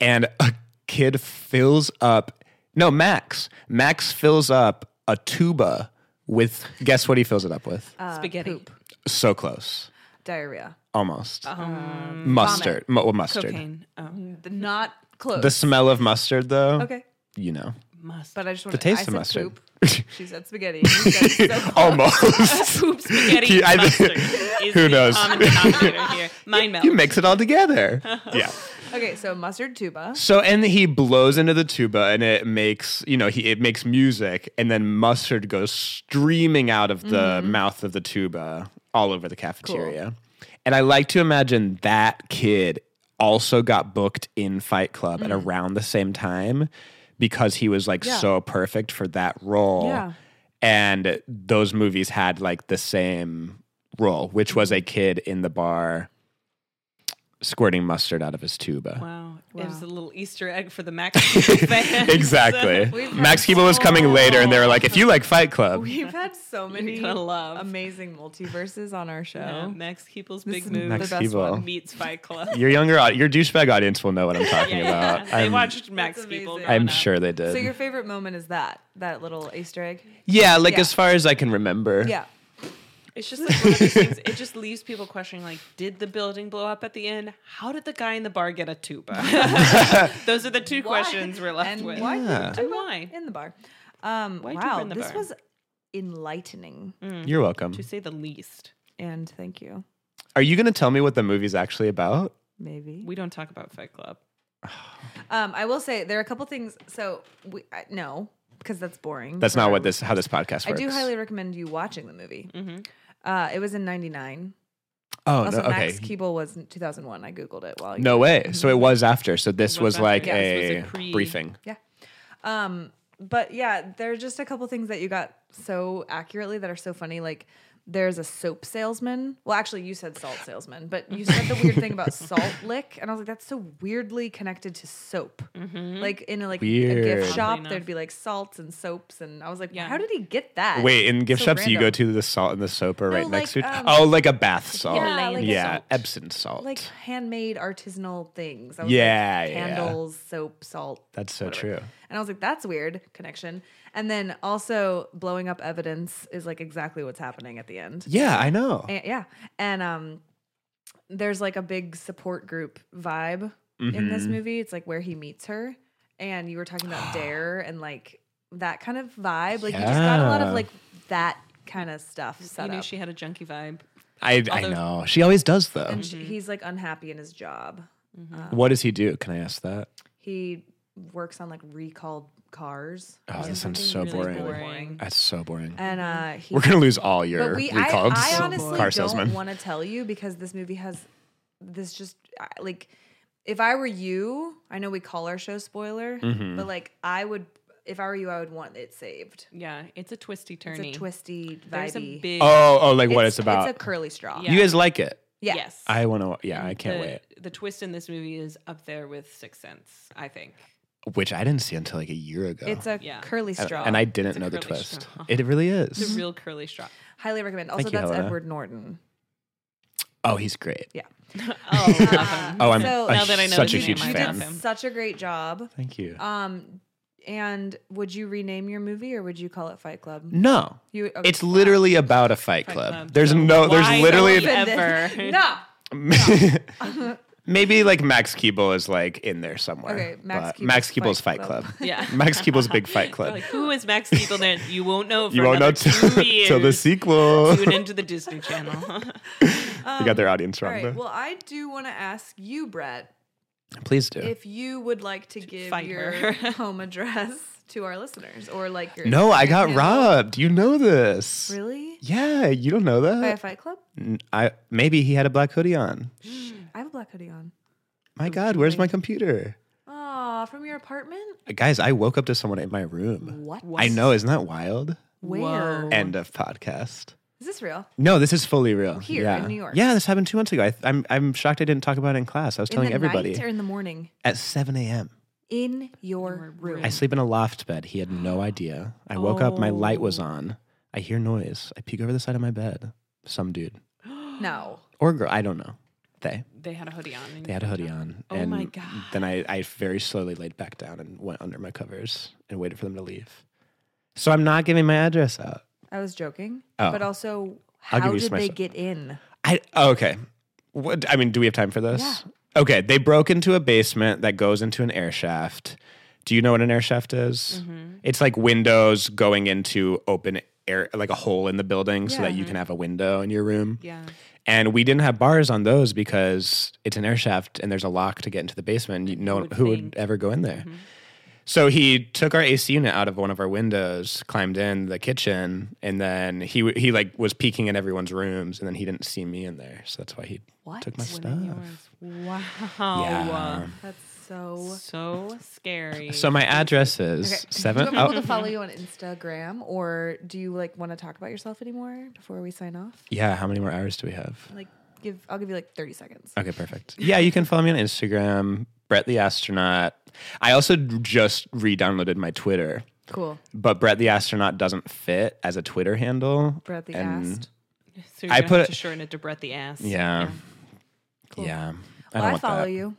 Speaker 3: And a kid fills up No, Max. Max fills up a tuba with guess what he fills it up with?
Speaker 1: Uh,
Speaker 2: Spaghetti.
Speaker 1: poop.
Speaker 3: so close.
Speaker 1: Diarrhea.
Speaker 3: Almost.
Speaker 2: Um,
Speaker 3: mustard. Mu- well, mustard.
Speaker 2: cocaine. Oh,
Speaker 1: The- Not close.
Speaker 3: The smell of mustard though.
Speaker 1: okay.
Speaker 3: You know.
Speaker 2: Oh, must.
Speaker 1: But I just want
Speaker 3: The taste
Speaker 1: I
Speaker 3: of
Speaker 1: said
Speaker 3: mustard.
Speaker 1: Poop.
Speaker 3: <laughs>
Speaker 1: She said spaghetti. You said so close.
Speaker 3: Almost. <laughs>
Speaker 2: poop <laughs> spaghetti
Speaker 3: He- I- <laughs>
Speaker 2: mustard is
Speaker 3: who
Speaker 2: the
Speaker 3: knows?
Speaker 2: common denominator here. Mind melt.
Speaker 3: <laughs> you mix it all together. yeah. <laughs>
Speaker 1: Okay, so mustard tuba.
Speaker 3: So and he blows into the tuba and it makes you know he it makes music and then mustard goes streaming out of the
Speaker 1: Mm-hmm.
Speaker 3: mouth of the tuba all over the cafeteria. And I like to imagine that kid also got booked in Fight Club at around the same time because he was like
Speaker 1: Mm. Yeah.
Speaker 3: so perfect for that role.
Speaker 1: Yeah.
Speaker 3: And those movies had like the same role, which
Speaker 1: Mm-hmm.
Speaker 3: was a kid in the bar squirting mustard out of his tuba.
Speaker 2: Wow. It was a
Speaker 1: Wow.
Speaker 2: little Easter egg for the Max
Speaker 3: <laughs>
Speaker 2: Kibo fans. <laughs>
Speaker 3: Exactly.
Speaker 1: We've had
Speaker 3: Max Kibo was coming later, and they were like, "If you like Fight Club,
Speaker 1: We've had so many
Speaker 2: You're gonna love.
Speaker 1: amazing multiverses on our show.
Speaker 2: Yeah, Max Keeble's
Speaker 1: This
Speaker 2: big
Speaker 1: is
Speaker 2: move
Speaker 1: the
Speaker 3: Max
Speaker 1: best
Speaker 3: Keeble.
Speaker 1: one.
Speaker 2: meets Fight Club.
Speaker 3: your younger, au- your douchebag audience will know what
Speaker 2: <laughs>
Speaker 3: I'm talking about."
Speaker 2: They
Speaker 3: I'm,
Speaker 2: watched Max
Speaker 1: amazing.
Speaker 2: Keeble. growing
Speaker 3: I'm
Speaker 2: up.
Speaker 3: sure they did.
Speaker 1: So your favorite moment is that that little Easter egg?
Speaker 3: yeah, like
Speaker 1: yeah.
Speaker 3: as far as I
Speaker 2: <laughs>
Speaker 3: can remember.
Speaker 1: Yeah.
Speaker 2: It's just like one of those
Speaker 3: <laughs>
Speaker 2: things. It just leaves people questioning, like, did the building blow up at the end? How did the guy in the bar get
Speaker 1: <laughs>
Speaker 2: a tuba? <laughs> those are the two questions we're left
Speaker 1: and
Speaker 2: with.
Speaker 1: Why
Speaker 3: Yeah.
Speaker 1: do
Speaker 2: And
Speaker 1: that
Speaker 2: why?
Speaker 1: in the bar? Um,
Speaker 2: Why do you
Speaker 1: wow,
Speaker 2: in the
Speaker 1: this
Speaker 2: bar?
Speaker 1: was enlightening.
Speaker 3: Mm-hmm. You're welcome.
Speaker 2: To say the least,
Speaker 1: And thank you.
Speaker 3: Are you going to tell me what the movie's actually about?
Speaker 1: Maybe.
Speaker 2: we don't talk about Fight Club.
Speaker 1: Um, I will say there are a couple things. So we I, no, because that's boring.
Speaker 3: That's
Speaker 1: for
Speaker 3: not
Speaker 1: our
Speaker 3: what this how this podcast works.
Speaker 1: I do highly recommend you watching the movie.
Speaker 2: Mm-hmm.
Speaker 1: Uh, it was in '99.
Speaker 3: Oh
Speaker 1: Also,
Speaker 3: no, okay.
Speaker 1: Max Keeble was in 2001. I googled it while you.
Speaker 3: no way. So it was after. So this
Speaker 2: It was
Speaker 3: was,
Speaker 2: after.
Speaker 3: like
Speaker 2: Yeah, this
Speaker 3: a,
Speaker 2: was a pre-
Speaker 3: briefing.
Speaker 1: Um, but yeah, there are just a couple things that you got so accurately that are so funny. Like there's a soap salesman. Well, actually, you said salt salesman, but you said the weird thing
Speaker 3: <laughs>
Speaker 1: about salt lick, and I was like, that's so weirdly connected to soap. Like in a like a
Speaker 3: Weird.
Speaker 1: gift shop,
Speaker 2: Oddly
Speaker 1: there'd
Speaker 2: enough.
Speaker 1: be like salts and soaps, and I was like,
Speaker 2: Yeah.
Speaker 1: how did he get that?
Speaker 3: Wait, in gift
Speaker 1: So
Speaker 3: shops you go
Speaker 1: random.
Speaker 3: to the salt and the soap are right
Speaker 1: like,
Speaker 3: next to each.
Speaker 1: um,
Speaker 3: oh, like a bath salt.
Speaker 1: Yeah, like a
Speaker 3: Yeah,
Speaker 2: salt.
Speaker 3: Epsom salt.
Speaker 1: like handmade artisanal things. I was
Speaker 3: Yeah,
Speaker 1: like,
Speaker 3: yeah.
Speaker 1: candles, soap, salt.
Speaker 3: That's so
Speaker 1: whatever.
Speaker 3: true.
Speaker 1: And I was like, that's weird connection. And then also blowing up evidence is like exactly what's happening at the end.
Speaker 3: yeah, I know.
Speaker 1: And- yeah, and um, there's like a big support group vibe in
Speaker 3: Mm-hmm.
Speaker 1: this movie. It's like where he meets her, and you were talking about
Speaker 3: <gasps>
Speaker 1: Dare and like that kind of vibe. Like you just got a lot
Speaker 3: Yeah.
Speaker 1: of like that kind of stuff set
Speaker 2: You knew
Speaker 1: up.
Speaker 2: she had a junkie vibe.
Speaker 3: I, I know. She always does though.
Speaker 1: and
Speaker 2: Mm-hmm.
Speaker 1: she, he's like unhappy in his job.
Speaker 3: What does he do? Can I ask that?
Speaker 1: He works on like recalled cars.
Speaker 3: Oh, that sounds so
Speaker 2: really
Speaker 3: boring.
Speaker 2: boring.
Speaker 3: That's so boring.
Speaker 1: And uh, he,
Speaker 3: We're gonna lose all your
Speaker 1: but we, I,
Speaker 3: recalls.
Speaker 1: I honestly
Speaker 3: car
Speaker 1: don't
Speaker 3: salesman.
Speaker 1: want to tell you because this movie has this just I- like, if I were you, I know we call our show spoiler,
Speaker 3: Mm-hmm.
Speaker 1: but like I would, if I were you, I would want it saved.
Speaker 2: Yeah, it's a twisty
Speaker 1: It's
Speaker 2: turny.
Speaker 1: a twisty,
Speaker 2: There's
Speaker 1: vibey.
Speaker 2: a big
Speaker 3: oh, oh, like what it's about.
Speaker 1: It's a curly straw.
Speaker 2: Yeah.
Speaker 3: You guys like it?
Speaker 1: Yeah.
Speaker 2: yes.
Speaker 3: I want to. Yeah, I can't
Speaker 2: the,
Speaker 3: wait.
Speaker 2: The twist in this movie is up there with Sixth Sense. I <laughs> think.
Speaker 3: Which I didn't see until like a year ago.
Speaker 1: It's a
Speaker 2: Yeah.
Speaker 1: curly
Speaker 3: and,
Speaker 1: straw.
Speaker 3: and I didn't
Speaker 2: a
Speaker 3: know the
Speaker 2: curly
Speaker 3: twist.
Speaker 2: straw.
Speaker 3: It really
Speaker 2: It's
Speaker 3: is.
Speaker 2: a real curly <laughs> straw.
Speaker 1: highly recommend. Also,
Speaker 3: you,
Speaker 1: that's
Speaker 3: Helena.
Speaker 1: Edward Norton.
Speaker 3: oh, he's great.
Speaker 1: Yeah.
Speaker 2: Oh, love him.
Speaker 3: Oh, I'm
Speaker 1: So-
Speaker 3: a-
Speaker 2: Now that I know
Speaker 3: such a
Speaker 2: his name,
Speaker 3: huge
Speaker 2: I
Speaker 1: you
Speaker 2: love
Speaker 3: fan.
Speaker 2: him.
Speaker 1: did such a great job.
Speaker 3: Thank you.
Speaker 1: Um, and would you rename your movie or would you call it Fight Club?
Speaker 3: no,
Speaker 1: You, okay.
Speaker 3: it's literally about a Fight Club.
Speaker 2: Club.
Speaker 3: There's
Speaker 2: So why
Speaker 3: no. There's
Speaker 2: don't
Speaker 3: literally.
Speaker 2: we-
Speaker 1: Then- <laughs>
Speaker 2: ever.
Speaker 1: no.
Speaker 3: <laughs> Maybe like Max Keeble is like in there somewhere.
Speaker 1: Okay, Max
Speaker 3: but
Speaker 1: Keeble's
Speaker 3: Max Keeble's Fight
Speaker 1: Fight
Speaker 3: Club.
Speaker 1: Club.
Speaker 2: Yeah.
Speaker 3: <laughs> Max Keeble's Big Fight Club.
Speaker 2: Like, who is Max Keeble? Then you won't know. For
Speaker 3: you won't know
Speaker 2: another two
Speaker 3: <laughs> till, till the
Speaker 2: years. <laughs>
Speaker 3: sequel.
Speaker 2: Tune into the Disney Channel. <laughs>
Speaker 3: we got their audience
Speaker 1: All
Speaker 3: wrong.
Speaker 1: right.
Speaker 3: though.
Speaker 1: Well, I do want to ask you, Brett,
Speaker 3: Please do.
Speaker 1: if you would like to give
Speaker 2: fight
Speaker 1: your
Speaker 2: her.
Speaker 1: <laughs> home address to our listeners or like your
Speaker 3: no, I got
Speaker 1: handle.
Speaker 3: robbed. You know this.
Speaker 1: Really?
Speaker 3: Yeah, you don't know
Speaker 1: By a
Speaker 3: that.
Speaker 1: fight club?
Speaker 3: N- I maybe he had a black hoodie on.
Speaker 1: I have a black hoodie on.
Speaker 3: My God, where's my computer?
Speaker 1: Aw, from your apartment?
Speaker 3: Uh, Guys, I woke up to someone in my room.
Speaker 1: What?
Speaker 3: I know, isn't that wild?
Speaker 1: Where?
Speaker 2: Whoa.
Speaker 3: End of podcast.
Speaker 1: Is this real?
Speaker 3: No, this is fully real.
Speaker 1: Here
Speaker 3: yeah.
Speaker 1: in New York.
Speaker 3: Yeah, this happened two months ago. I, I'm I'm shocked I didn't talk about it in class. I was telling
Speaker 1: in the
Speaker 3: everybody
Speaker 1: night or in the morning?
Speaker 3: at 7 a.m.
Speaker 1: In your room.
Speaker 3: I sleep in a loft bed. He had no idea. I woke up, my light was on. I hear noise. I peek over the side of my bed. Some dude
Speaker 1: No.
Speaker 3: or girl, I don't know. They
Speaker 2: They had a hoodie on. and
Speaker 3: they
Speaker 2: you
Speaker 3: had a
Speaker 2: jumped
Speaker 3: hoodie
Speaker 2: up.
Speaker 3: on.
Speaker 2: Oh
Speaker 3: and
Speaker 2: my god.
Speaker 3: Then I, I very slowly laid back down and went under my covers and waited for them to leave. So I'm not giving my address out.
Speaker 1: I was joking.
Speaker 3: Oh.
Speaker 1: But also,
Speaker 3: I'll give
Speaker 1: how
Speaker 3: you
Speaker 1: did
Speaker 3: my
Speaker 1: they
Speaker 3: s-
Speaker 1: get in?
Speaker 3: I oh, okay. What I mean, do we have time for this? Okay, they broke into a basement that goes into an air shaft. Do you know what an air shaft is?
Speaker 2: Mm-hmm.
Speaker 3: It's like windows going into open air, like a hole in the building, so
Speaker 1: Yeah.
Speaker 3: that you can have a window in your room.
Speaker 2: Yeah.
Speaker 3: And we didn't have bars on those because it's an air shaft and there's a lock to get into the basement. You, no,
Speaker 2: would
Speaker 3: who would
Speaker 2: think. Mm-hmm.
Speaker 3: ever go in there? So he took our AC unit out of one of our windows, climbed in the kitchen, and then he w- he like was peeking in everyone's rooms, and then he didn't see me in there, so that's why he
Speaker 1: What?
Speaker 3: took my
Speaker 2: Women
Speaker 3: stuff.
Speaker 2: yours. Wow.
Speaker 3: Oh, uh, Yeah.
Speaker 1: That's so.
Speaker 2: Oh, uh, So scary.
Speaker 3: <laughs> So my address
Speaker 1: <laughs>
Speaker 3: is
Speaker 1: Do
Speaker 3: seven.
Speaker 1: you want people
Speaker 3: Oh,
Speaker 1: to follow you on Instagram, or do you like want to talk about yourself anymore before we sign off?
Speaker 3: yeah. How many more hours do we have?
Speaker 1: Like, give I'll give you like thirty seconds.
Speaker 3: Okay, perfect. Yeah, you can follow me on Instagram, Brett the Astronaut. I also just re-downloaded my Twitter,
Speaker 1: Cool.
Speaker 3: but Brett the Astronaut doesn't fit as a Twitter handle.
Speaker 1: Brett the
Speaker 3: And-
Speaker 1: asked.
Speaker 2: So
Speaker 3: I
Speaker 2: I
Speaker 3: put
Speaker 2: put have to
Speaker 3: it-
Speaker 2: shorten it to Brett the ass.
Speaker 3: Yeah. Yeah. I
Speaker 1: Well,
Speaker 3: don't
Speaker 1: I,
Speaker 3: want
Speaker 1: follow
Speaker 3: that.
Speaker 1: you.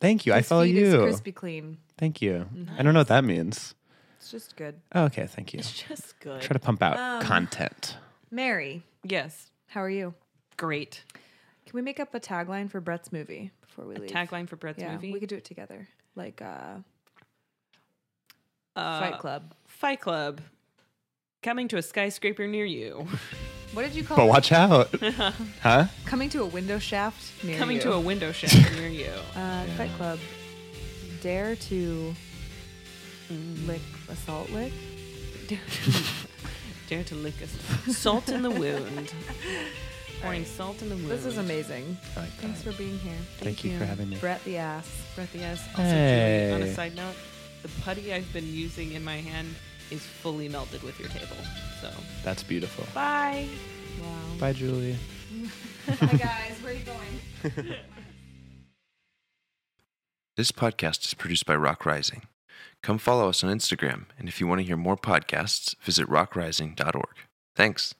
Speaker 3: Thank you. I
Speaker 1: His
Speaker 3: follow
Speaker 1: feed is
Speaker 3: you.
Speaker 1: crispy clean.
Speaker 3: Thank you. I don't know what that means.
Speaker 1: It's just good.
Speaker 3: Oh, okay, thank you.
Speaker 2: It's just good.
Speaker 3: Try to pump out content.
Speaker 1: Mary,
Speaker 2: yes.
Speaker 1: how are you?
Speaker 2: Great.
Speaker 1: Can we make up a tagline for Brett's movie before we leave?
Speaker 2: Tagline for Brett's
Speaker 1: yeah,
Speaker 2: movie.
Speaker 1: we could do it together, like uh,
Speaker 2: Uh,
Speaker 1: Fight Club.
Speaker 2: Fight Club. Coming to a skyscraper near you.
Speaker 1: What did you call
Speaker 3: But
Speaker 1: it?
Speaker 3: watch out, huh?
Speaker 1: Coming to a window shaft near
Speaker 2: <laughs> Coming
Speaker 1: you.
Speaker 2: to a window shaft
Speaker 1: <laughs>
Speaker 2: near you.
Speaker 1: uh, Fight Club. Dare to lick assault lick.
Speaker 2: Dare to lick us. Salt in the
Speaker 1: <laughs>
Speaker 2: wound. Pouring salt in the wound.
Speaker 1: This is amazing.
Speaker 3: I like
Speaker 1: Thanks for being here.
Speaker 3: Thank you for having me.
Speaker 1: Brett the ass.
Speaker 2: Breath the ass. Also, Julie, on
Speaker 3: Hey.
Speaker 2: a side note, the putty I've been using in my hand is fully melted with your table. So,
Speaker 3: That's beautiful.
Speaker 2: bye.
Speaker 1: Wow.
Speaker 3: Bye, Julie.
Speaker 1: <laughs> Hi guys, where are you going?
Speaker 4: This podcast is produced by Rock Rising. Come follow us on Instagram, and if you want to hear more podcasts, visit rockrising.org. Thanks.